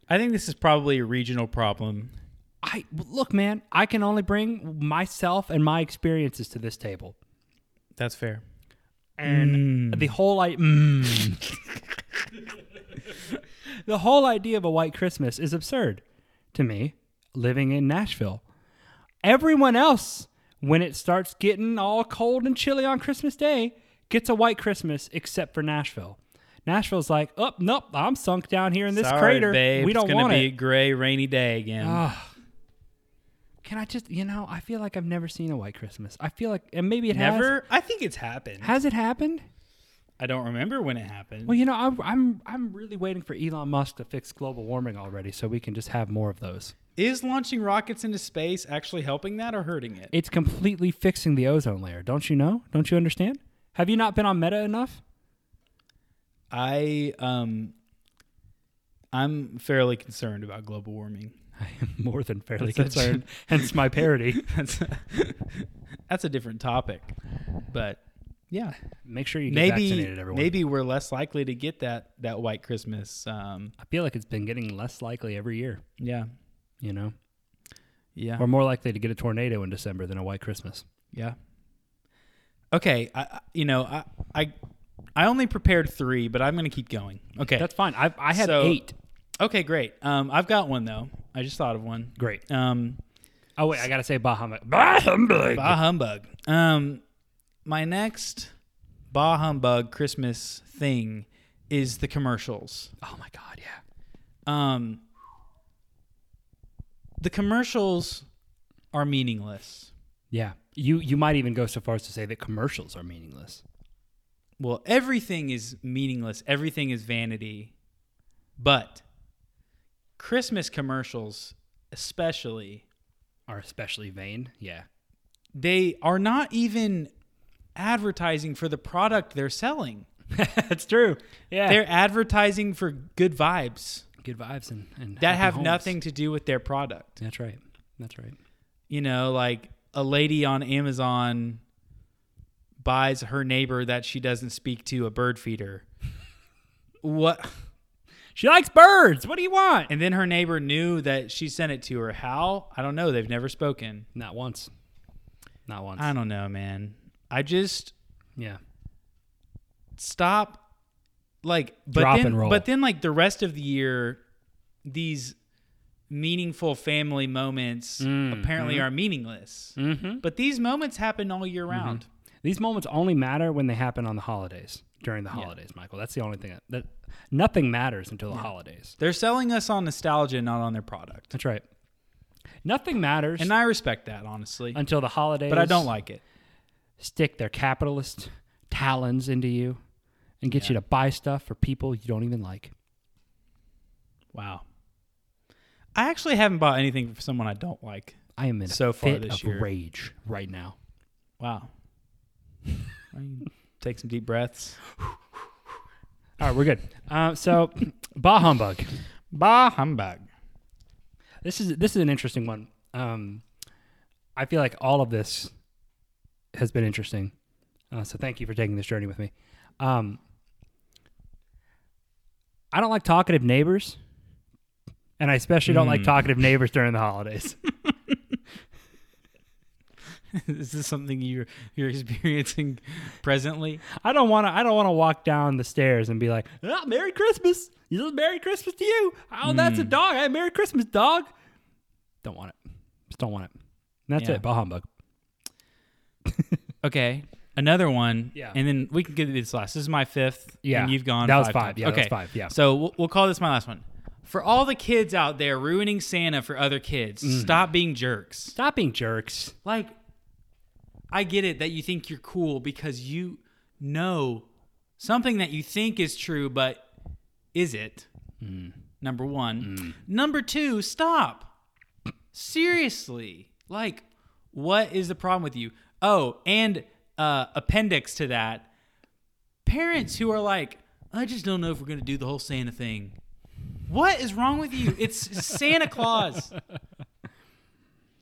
Speaker 1: I think this is probably a regional problem.
Speaker 2: I look, man, I can only bring myself and my experiences to this table.
Speaker 1: That's fair.
Speaker 2: and
Speaker 1: Mm.
Speaker 2: the whole I- mm. the whole idea of a white Christmas is absurd to me. Living in Nashville, everyone else, when it starts getting all cold and chilly on Christmas Day, gets a white Christmas, except for Nashville. Nashville's like, oh nope, I'm sunk down here in this
Speaker 1: Sorry,
Speaker 2: crater.
Speaker 1: babe.
Speaker 2: We don't
Speaker 1: it's gonna
Speaker 2: want
Speaker 1: be a
Speaker 2: it.
Speaker 1: gray, rainy day again.
Speaker 2: Ah. Can I just, you know, I feel like I've never seen a white Christmas. I feel like, and maybe it
Speaker 1: Never.
Speaker 2: has.
Speaker 1: I think it's happened.
Speaker 2: Has it happened?
Speaker 1: I don't remember when it happened.
Speaker 2: Well, you know, I'm, I'm I'm really waiting for Elon Musk to fix global warming already, so we can just have more of those.
Speaker 1: Is launching rockets into space actually helping that or hurting it?
Speaker 2: It's completely fixing the ozone layer. Don't you know? Don't you understand? Have you not been on Meta enough?
Speaker 1: I um, I'm fairly concerned about global warming.
Speaker 2: I am more than fairly
Speaker 1: That's such-
Speaker 2: concerned. Hence my parody.
Speaker 1: That's that's a different topic, but yeah,
Speaker 2: Make sure you get
Speaker 1: maybe
Speaker 2: vaccinated, everyone.
Speaker 1: maybe we're less likely to get that that white Christmas. Um,
Speaker 2: I feel like it's been getting less likely every year.
Speaker 1: yeah,
Speaker 2: You know,
Speaker 1: yeah,
Speaker 2: we're more likely to get a tornado in December than a white Christmas.
Speaker 1: yeah. Okay, I I- you know I I I only prepared three, but I'm gonna keep going. Okay,
Speaker 2: That's fine. I I had
Speaker 1: So-
Speaker 2: eight.
Speaker 1: okay, great. Um, I've got one though. I just thought of one.
Speaker 2: Great.
Speaker 1: Um,
Speaker 2: Oh wait, I gotta say bah humbug. Bah humbug.
Speaker 1: bah humbug. Um, my next bah humbug Christmas thing is the commercials.
Speaker 2: Oh my god, yeah.
Speaker 1: Um, the commercials are meaningless.
Speaker 2: Yeah. You you might even go so far as to say that commercials are meaningless.
Speaker 1: Well, everything is meaningless. Everything is vanity. But Christmas commercials, especially,
Speaker 2: are especially vain. Yeah.
Speaker 1: they are not even advertising for the product they're selling.
Speaker 2: That's true. Yeah.
Speaker 1: They're advertising for good vibes.
Speaker 2: good vibes and, and
Speaker 1: that
Speaker 2: happy
Speaker 1: have
Speaker 2: homes.
Speaker 1: nothing to do with their product.
Speaker 2: That's right. That's right.
Speaker 1: You know, like a lady on Amazon buys her neighbor that she doesn't speak to a bird feeder. What?
Speaker 2: She likes birds. What do you want?
Speaker 1: And then her neighbor knew that she sent it to her. How? I don't know. They've never spoken.
Speaker 2: Not once. Not once.
Speaker 1: I don't know, man. I just
Speaker 2: yeah.
Speaker 1: stop like but
Speaker 2: Drop
Speaker 1: then
Speaker 2: and roll.
Speaker 1: but then like the rest of the year these meaningful family moments
Speaker 2: Mm,
Speaker 1: apparently are meaningless.
Speaker 2: Mm-hmm.
Speaker 1: But these moments happen all year round.
Speaker 2: These moments only matter when they happen on the holidays. During the holidays, Michael. That's the only thing that, that nothing matters until the holidays.
Speaker 1: They're selling us on nostalgia, not on their product.
Speaker 2: That's right. Nothing matters
Speaker 1: And I respect that, honestly.
Speaker 2: until the holidays.
Speaker 1: But I don't like it.
Speaker 2: stick their capitalist talons into you and get you to buy stuff for people you don't even like.
Speaker 1: Wow. I actually haven't bought anything for someone I don't like.
Speaker 2: I am in a
Speaker 1: So far
Speaker 2: fit
Speaker 1: this
Speaker 2: of
Speaker 1: year.
Speaker 2: rage right now.
Speaker 1: Wow. I mean, Take some deep breaths.
Speaker 2: All right, we're good. Uh, so, bah humbug.
Speaker 1: Bah humbug.
Speaker 2: This is this is an interesting one. Um, I feel like all of this has been interesting. Uh, so, thank you for taking this journey with me. Um, I don't like talkative neighbors, and I especially don't like
Speaker 1: Mm.
Speaker 2: talkative neighbors during the holidays.
Speaker 1: Is this something you're you're experiencing presently?
Speaker 2: I don't want to. I don't want to walk down the stairs and be like, "Ah, "Merry Christmas! You- Merry Christmas to you!" Oh,
Speaker 1: Hmm.
Speaker 2: that's a dog. Hey, Merry Christmas, dog. Don't want it. Just don't want it. And that's
Speaker 1: Yeah.
Speaker 2: it. Bah humbug.
Speaker 1: Okay. Another one.
Speaker 2: Yeah.
Speaker 1: And then we can get to this last. This is my fifth.
Speaker 2: Yeah.
Speaker 1: And you've gone.
Speaker 2: That was
Speaker 1: five
Speaker 2: five.
Speaker 1: times.
Speaker 2: Yeah, that
Speaker 1: Okay.
Speaker 2: was five. Yeah.
Speaker 1: So we'll, we'll call this my last one. For all the kids out there ruining Santa for other kids,
Speaker 2: Mm.
Speaker 1: stop being jerks.
Speaker 2: Stop being jerks.
Speaker 1: Like, I get it that you think you're cool because you know something that you think is true, but is it? Number one. Number two, stop. Seriously. Like, what is the problem with you? Oh, and uh, appendix to that parents who are like, I just don't know if we're going to do the whole Santa thing. What is wrong with you? It's Santa Claus.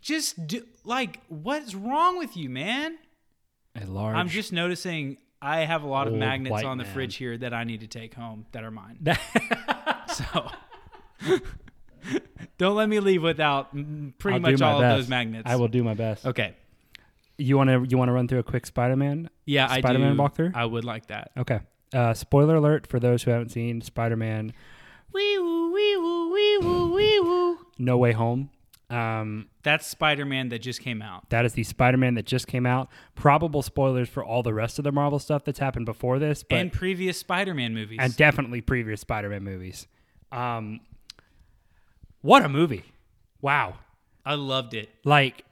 Speaker 1: Just do, like, what's wrong with you, man?
Speaker 2: A large.
Speaker 1: I'm just noticing I have a lot of
Speaker 2: Old
Speaker 1: magnets
Speaker 2: white
Speaker 1: on the
Speaker 2: man.
Speaker 1: fridge here that I need to take home that are mine. so don't let me leave without mm, pretty
Speaker 2: I'll do
Speaker 1: much
Speaker 2: my
Speaker 1: all of those
Speaker 2: best.
Speaker 1: magnets.
Speaker 2: I will do my best.
Speaker 1: Okay.
Speaker 2: You want to? You want to run through a quick Spider-Man?
Speaker 1: Yeah, I
Speaker 2: Spider-Man
Speaker 1: do.
Speaker 2: walkthrough?
Speaker 1: I would like that.
Speaker 2: Okay. Uh, spoiler alert for those who haven't seen Spider-Man:
Speaker 1: Wee woo, wee woo, wee woo, wee woo.
Speaker 2: No Way Home. Um,
Speaker 1: That's Spider Man that just came out.
Speaker 2: that is the Spider-Man that just came out. Probable spoilers for all the rest of the Marvel stuff that's happened before this, but
Speaker 1: and previous Spider Man movies.
Speaker 2: and definitely previous Spider-Man movies. Um, what a movie! Wow,
Speaker 1: I loved it.
Speaker 2: like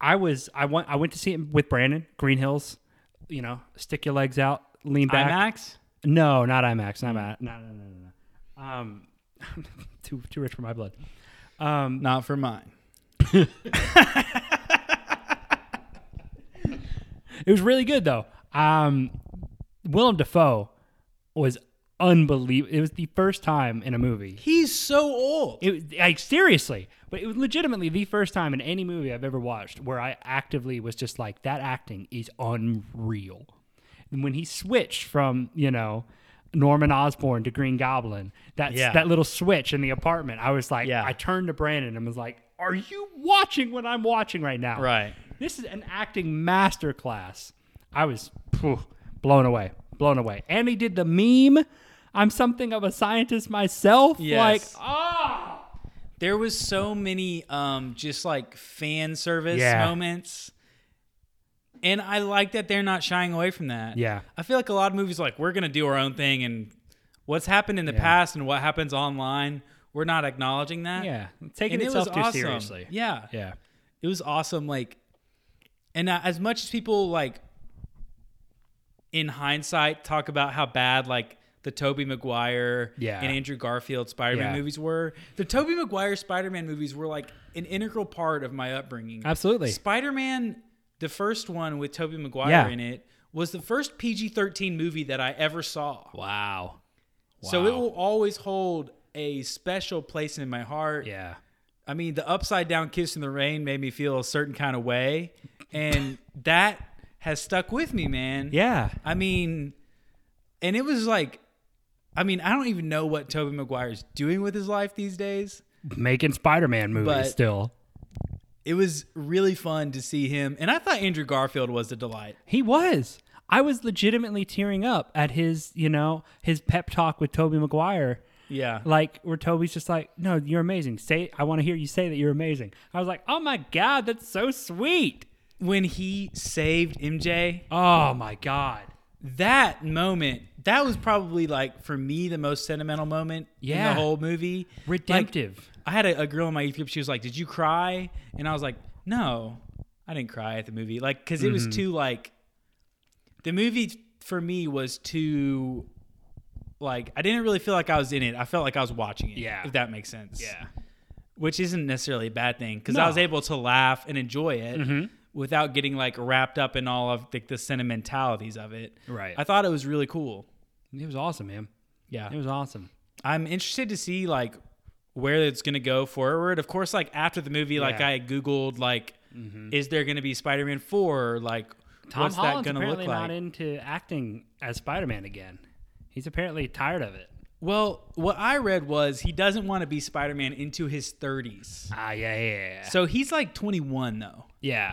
Speaker 2: I was I went I went to see it with Brandon Green Hills. You know, stick your legs out, lean back.
Speaker 1: IMAX?
Speaker 2: No, not IMAX. Not IMAX. No, no, no, no, no. Um, too too rich for my blood. Um,
Speaker 1: Not for mine.
Speaker 2: it was really good though. Um, Willem Dafoe was unbelievable. It was the first time in a movie.
Speaker 1: He's so old.
Speaker 2: It like seriously, but it was legitimately the first time in any movie I've ever watched where I actively was just like that acting is unreal. And when he switched from you know Norman Osborn to Green Goblin, that
Speaker 1: Yeah.
Speaker 2: that little switch in the apartment, I was like,
Speaker 1: Yeah.
Speaker 2: I turned to Brandon and was like, Are you watching what I'm watching right now?
Speaker 1: Right.
Speaker 2: This is an acting masterclass. I was phew, blown away, blown away. And he did the meme. I'm something of a scientist myself.
Speaker 1: Yes.
Speaker 2: Like, ah.
Speaker 1: There was so many um just like fan service
Speaker 2: Yeah.
Speaker 1: moments. And I like that they're not shying away from that.
Speaker 2: Yeah.
Speaker 1: I feel like a lot of movies are like we're gonna do our own thing and what's happened in the past and what happens online, we're not acknowledging that.
Speaker 2: Yeah, taking
Speaker 1: And it was
Speaker 2: itself too
Speaker 1: awesome.
Speaker 2: seriously.
Speaker 1: Yeah.
Speaker 2: yeah,
Speaker 1: it was awesome like and uh, as much as people like in hindsight talk about how bad like the Toby Maguire
Speaker 2: Yeah.
Speaker 1: and Andrew Garfield Spider-Man
Speaker 2: Yeah.
Speaker 1: movies were. The Toby Maguire Spider-Man movies were like an integral part of my upbringing.
Speaker 2: absolutely.
Speaker 1: Spider-Man the first one with Toby Maguire
Speaker 2: Yeah.
Speaker 1: in it was the first PG-13 movie that I ever saw.
Speaker 2: Wow.
Speaker 1: So it
Speaker 2: Wow.
Speaker 1: will always hold a special place in my heart.
Speaker 2: Yeah,
Speaker 1: I mean, the upside down kiss in the rain made me feel a certain kind of way, and that has stuck with me, man.
Speaker 2: yeah.
Speaker 1: I mean, and it was like, I mean, I don't even know what Toby Maguire's doing with his life these days.
Speaker 2: Making Spider-Man movies
Speaker 1: But-
Speaker 2: still.
Speaker 1: It was really fun to see him, and I thought Andrew Garfield was a delight.
Speaker 2: He was. I was legitimately tearing up at his, you know, his pep talk with Toby Maguire.
Speaker 1: Yeah,
Speaker 2: Like where Toby's just like, "No, you're amazing. Say, I want to hear you say that you're amazing." I was like, "Oh my god, that's so sweet."
Speaker 1: when he saved MJ,
Speaker 2: Oh my god.
Speaker 1: that moment that was probably like for me the most sentimental moment in
Speaker 2: Yeah.
Speaker 1: the whole movie. Like,
Speaker 2: Redemptive.
Speaker 1: I had a, a girl in my youth group. She was like, "Did you cry?" And I was like, "No, I didn't cry at the movie." Like, because it
Speaker 2: Mm-hmm.
Speaker 1: was too like, the movie for me was too, like, I didn't really feel like I was in it. I felt like I was watching it.
Speaker 2: Yeah.
Speaker 1: if that makes sense. which isn't necessarily a bad thing because I
Speaker 2: No. Mm-hmm.
Speaker 1: was able to laugh and enjoy it without getting like wrapped up in all of like the sentimentalities of it.
Speaker 2: Right.
Speaker 1: I thought it was really cool.
Speaker 2: It was awesome, man.
Speaker 1: Yeah.
Speaker 2: It was awesome.
Speaker 1: I'm interested to see like where it's gonna go forward. Of course, like after the movie, like
Speaker 2: Yeah. Mm-hmm.
Speaker 1: I googled like, is there gonna be Spider-Man four? Like,
Speaker 2: Tom
Speaker 1: what's
Speaker 2: Holland's
Speaker 1: that gonna look
Speaker 2: apparently
Speaker 1: like?
Speaker 2: not into acting as Spider-Man again. He's apparently tired of it.
Speaker 1: Well, what I read was he doesn't want to be Spider Man into his 30s.
Speaker 2: Ah, yeah, yeah, yeah.
Speaker 1: So he's like 21 though.
Speaker 2: yeah.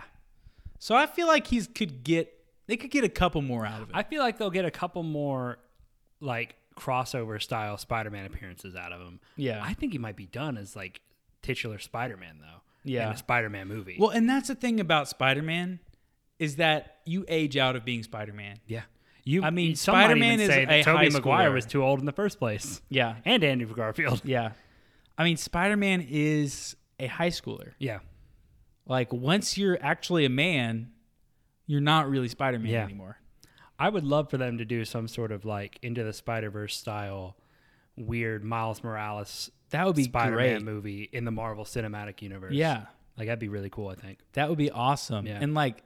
Speaker 1: So I feel like he's could get they could get a couple more out of it.
Speaker 2: I feel like they'll get a couple more like crossover style Spider-Man appearances out of him.
Speaker 1: Yeah.
Speaker 2: I think he might be done as like titular Spider-Man though.
Speaker 1: Yeah.
Speaker 2: in a Spider-Man movie.
Speaker 1: well, and that's the thing about Spider Man is that you age out of being Spider Man.
Speaker 2: yeah. You,
Speaker 1: I mean,
Speaker 2: some might
Speaker 1: Spider-Man
Speaker 2: even
Speaker 1: is
Speaker 2: say
Speaker 1: a
Speaker 2: that
Speaker 1: high
Speaker 2: Tobey Maguire
Speaker 1: schooler.
Speaker 2: was too old in the first place,
Speaker 1: Yeah.
Speaker 2: and Andrew Garfield.
Speaker 1: Yeah. I mean, Spider Man is a high schooler.
Speaker 2: Yeah,
Speaker 1: Like once you're actually a man, you're not really Spider Man
Speaker 2: Yeah.
Speaker 1: anymore.
Speaker 2: I would love for them to do some sort of like Into the Spider Verse style, weird Miles Morales
Speaker 1: That would be
Speaker 2: Spider-Man
Speaker 1: great.
Speaker 2: movie in the Marvel Cinematic Universe.
Speaker 1: Yeah.
Speaker 2: like that'd be really cool. I think.
Speaker 1: That would be awesome.
Speaker 2: Yeah.
Speaker 1: And like,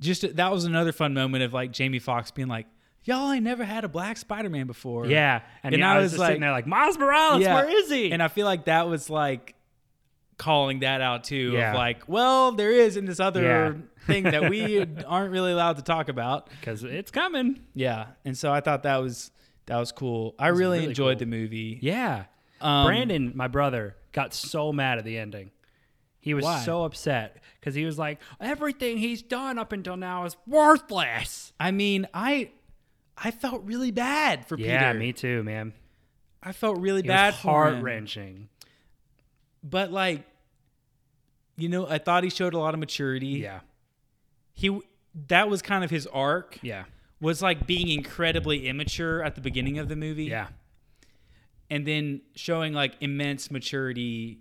Speaker 1: just that was another fun moment of like Jamie Foxx being like, "Y'all ain't never had a black Spider-Man before."
Speaker 2: Yeah, and,
Speaker 1: And
Speaker 2: yeah,
Speaker 1: I
Speaker 2: I was,
Speaker 1: was
Speaker 2: just
Speaker 1: like-
Speaker 2: sitting there like Miles Morales,
Speaker 1: Yeah.
Speaker 2: where is he?
Speaker 1: And I feel like that was like calling that out too.
Speaker 2: Yeah.
Speaker 1: Of like, well, there is in this other
Speaker 2: Yeah.
Speaker 1: thing that we aren't really allowed to talk about.
Speaker 2: because it's coming.
Speaker 1: Yeah. And so I thought that was that was cool. I really,
Speaker 2: really
Speaker 1: enjoyed the
Speaker 2: cool.
Speaker 1: movie.
Speaker 2: Yeah,
Speaker 1: Um,
Speaker 2: Brandon, my brother, got so mad at the ending. He was
Speaker 1: Why?
Speaker 2: so upset because he was like, everything he's done up until now is worthless.
Speaker 1: I mean, I I felt really bad for
Speaker 2: Yeah,
Speaker 1: Peter.
Speaker 2: me too, man.
Speaker 1: I felt really
Speaker 2: It
Speaker 1: bad
Speaker 2: was
Speaker 1: for
Speaker 2: heart
Speaker 1: him.
Speaker 2: wrenching.
Speaker 1: But like, you know, I thought he showed a lot of maturity.
Speaker 2: Yeah,
Speaker 1: He that was kind of his arc
Speaker 2: yeah,
Speaker 1: was like being incredibly immature at the beginning of the movie.
Speaker 2: yeah,
Speaker 1: and then showing like immense maturity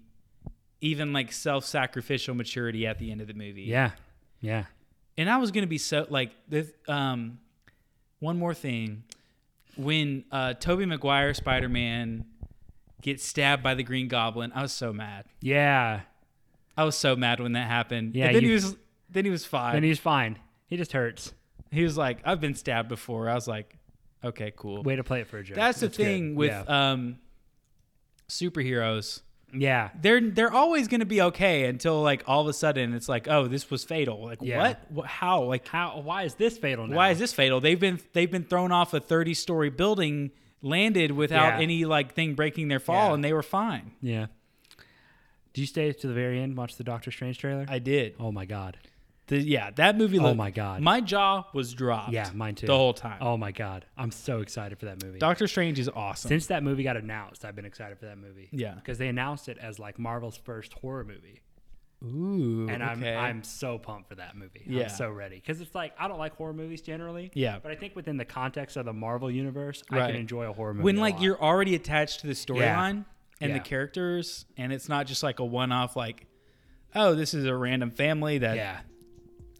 Speaker 1: even like self-sacrificial maturity at the end of the movie
Speaker 2: yeah, yeah.
Speaker 1: and i was gonna be so like the um one more thing when uh toby maguire spider-man gets stabbed by the green goblin i was so mad
Speaker 2: Yeah,
Speaker 1: i was so mad when that happened
Speaker 2: Yeah,
Speaker 1: and then
Speaker 2: you-
Speaker 1: he was then he was fine
Speaker 2: and he's fine. He just hurts.
Speaker 1: he was like i've been stabbed before i was like okay cool
Speaker 2: Way to play it for a joke.
Speaker 1: that's the
Speaker 2: good.
Speaker 1: thing with
Speaker 2: yeah.
Speaker 1: um superheroes
Speaker 2: yeah.
Speaker 1: they're they're always going to be okay until like all of a sudden it's like oh this was fatal like
Speaker 2: Yeah.
Speaker 1: what? what how like
Speaker 2: How? Why is this fatal now?
Speaker 1: why is this fatal they've been they've been thrown off a 30 story building landed without
Speaker 2: Yeah.
Speaker 1: any like thing breaking their fall
Speaker 2: Yeah.
Speaker 1: and they were fine
Speaker 2: Yeah. Did you stay to the very end? and Watch the Doctor Strange trailer.
Speaker 1: i did
Speaker 2: oh my god.
Speaker 1: The- yeah that movie
Speaker 2: Oh
Speaker 1: looked-
Speaker 2: my God.
Speaker 1: my jaw was dropped
Speaker 2: Yeah, mine too.
Speaker 1: the whole time
Speaker 2: Oh my god, I'm so excited for that movie.
Speaker 1: doctor strange is awesome
Speaker 2: Since that movie got announced, I've been excited for that movie.
Speaker 1: Yeah.
Speaker 2: because they announced it as like Marvel's first horror movie,
Speaker 1: ooh
Speaker 2: and
Speaker 1: okay.
Speaker 2: I'm I'm so pumped for that movie.
Speaker 1: Yeah.
Speaker 2: I'm so ready because it's like I don't like horror movies generally.
Speaker 1: Yeah.
Speaker 2: but I think within the context of the Marvel universe, I
Speaker 1: Right.
Speaker 2: can enjoy a horror movie.
Speaker 1: when
Speaker 2: a
Speaker 1: like
Speaker 2: lot.
Speaker 1: you're already attached to the storyline and
Speaker 2: Yeah.
Speaker 1: the characters and it's not just like a one-off like oh this is a random family that
Speaker 2: yeah,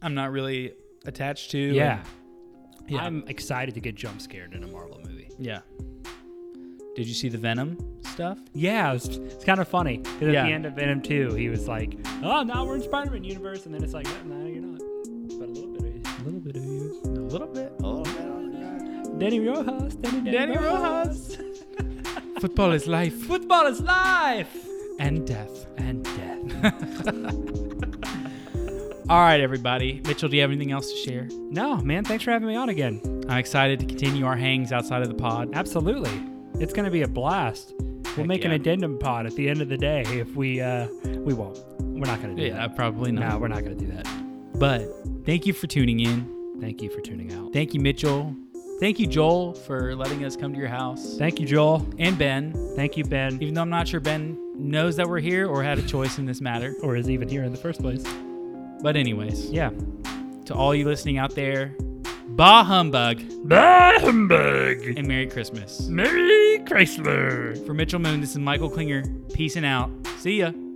Speaker 1: I'm not really attached to.
Speaker 2: yeah.
Speaker 1: Yeah.
Speaker 2: I'm excited to get jump scared in a Marvel movie.
Speaker 1: And- yeah. Did you see the Venom stuff?
Speaker 2: Yeah, it was, it's kind of funny because at
Speaker 1: Yeah.
Speaker 2: the end of Venom 2, he was like, "Oh, now we're in Spider-Man universe," and then it's like, "No, you're not." But a little bit. Of
Speaker 1: A little bit of you. A little bit. A little bit. Oh my
Speaker 2: Danny Rojas, Danny, Danny,
Speaker 1: Danny
Speaker 2: Rojas.
Speaker 1: God. Football is life
Speaker 2: Football is life
Speaker 1: and death.
Speaker 2: and death.
Speaker 1: All right, everybody. Mitchell, do you have anything else to share?
Speaker 2: no, man, thanks for having me on again.
Speaker 1: I'm excited to continue our hangs outside of the pod.
Speaker 2: Absolutely, it's gonna be a blast. We'll
Speaker 1: Heck
Speaker 2: make an
Speaker 1: yeah.
Speaker 2: addendum pod at the end of the day if we uh we won't. We're not gonna do
Speaker 1: Yeah,
Speaker 2: that.
Speaker 1: probably
Speaker 2: No,
Speaker 1: not.
Speaker 2: we're not gonna do that.
Speaker 1: But thank you for tuning in.
Speaker 2: Thank you for tuning out.
Speaker 1: Thank you, Mitchell. Thank you, Joel, for letting us come to your house.
Speaker 2: Thank you, Joel.
Speaker 1: And Ben,
Speaker 2: Thank you, Ben,
Speaker 1: even though I'm not sure Ben knows that we're here or had a choice in this matter.
Speaker 2: or is even here in the first place.
Speaker 1: But, anyways.
Speaker 2: Yeah.
Speaker 1: to all you listening out there, bah humbug
Speaker 2: Bah humbug.
Speaker 1: and Merry Christmas.
Speaker 2: Merry Chrysler.
Speaker 1: For Mitchell Moon, this is Michael Klinger. Peace and out. See ya.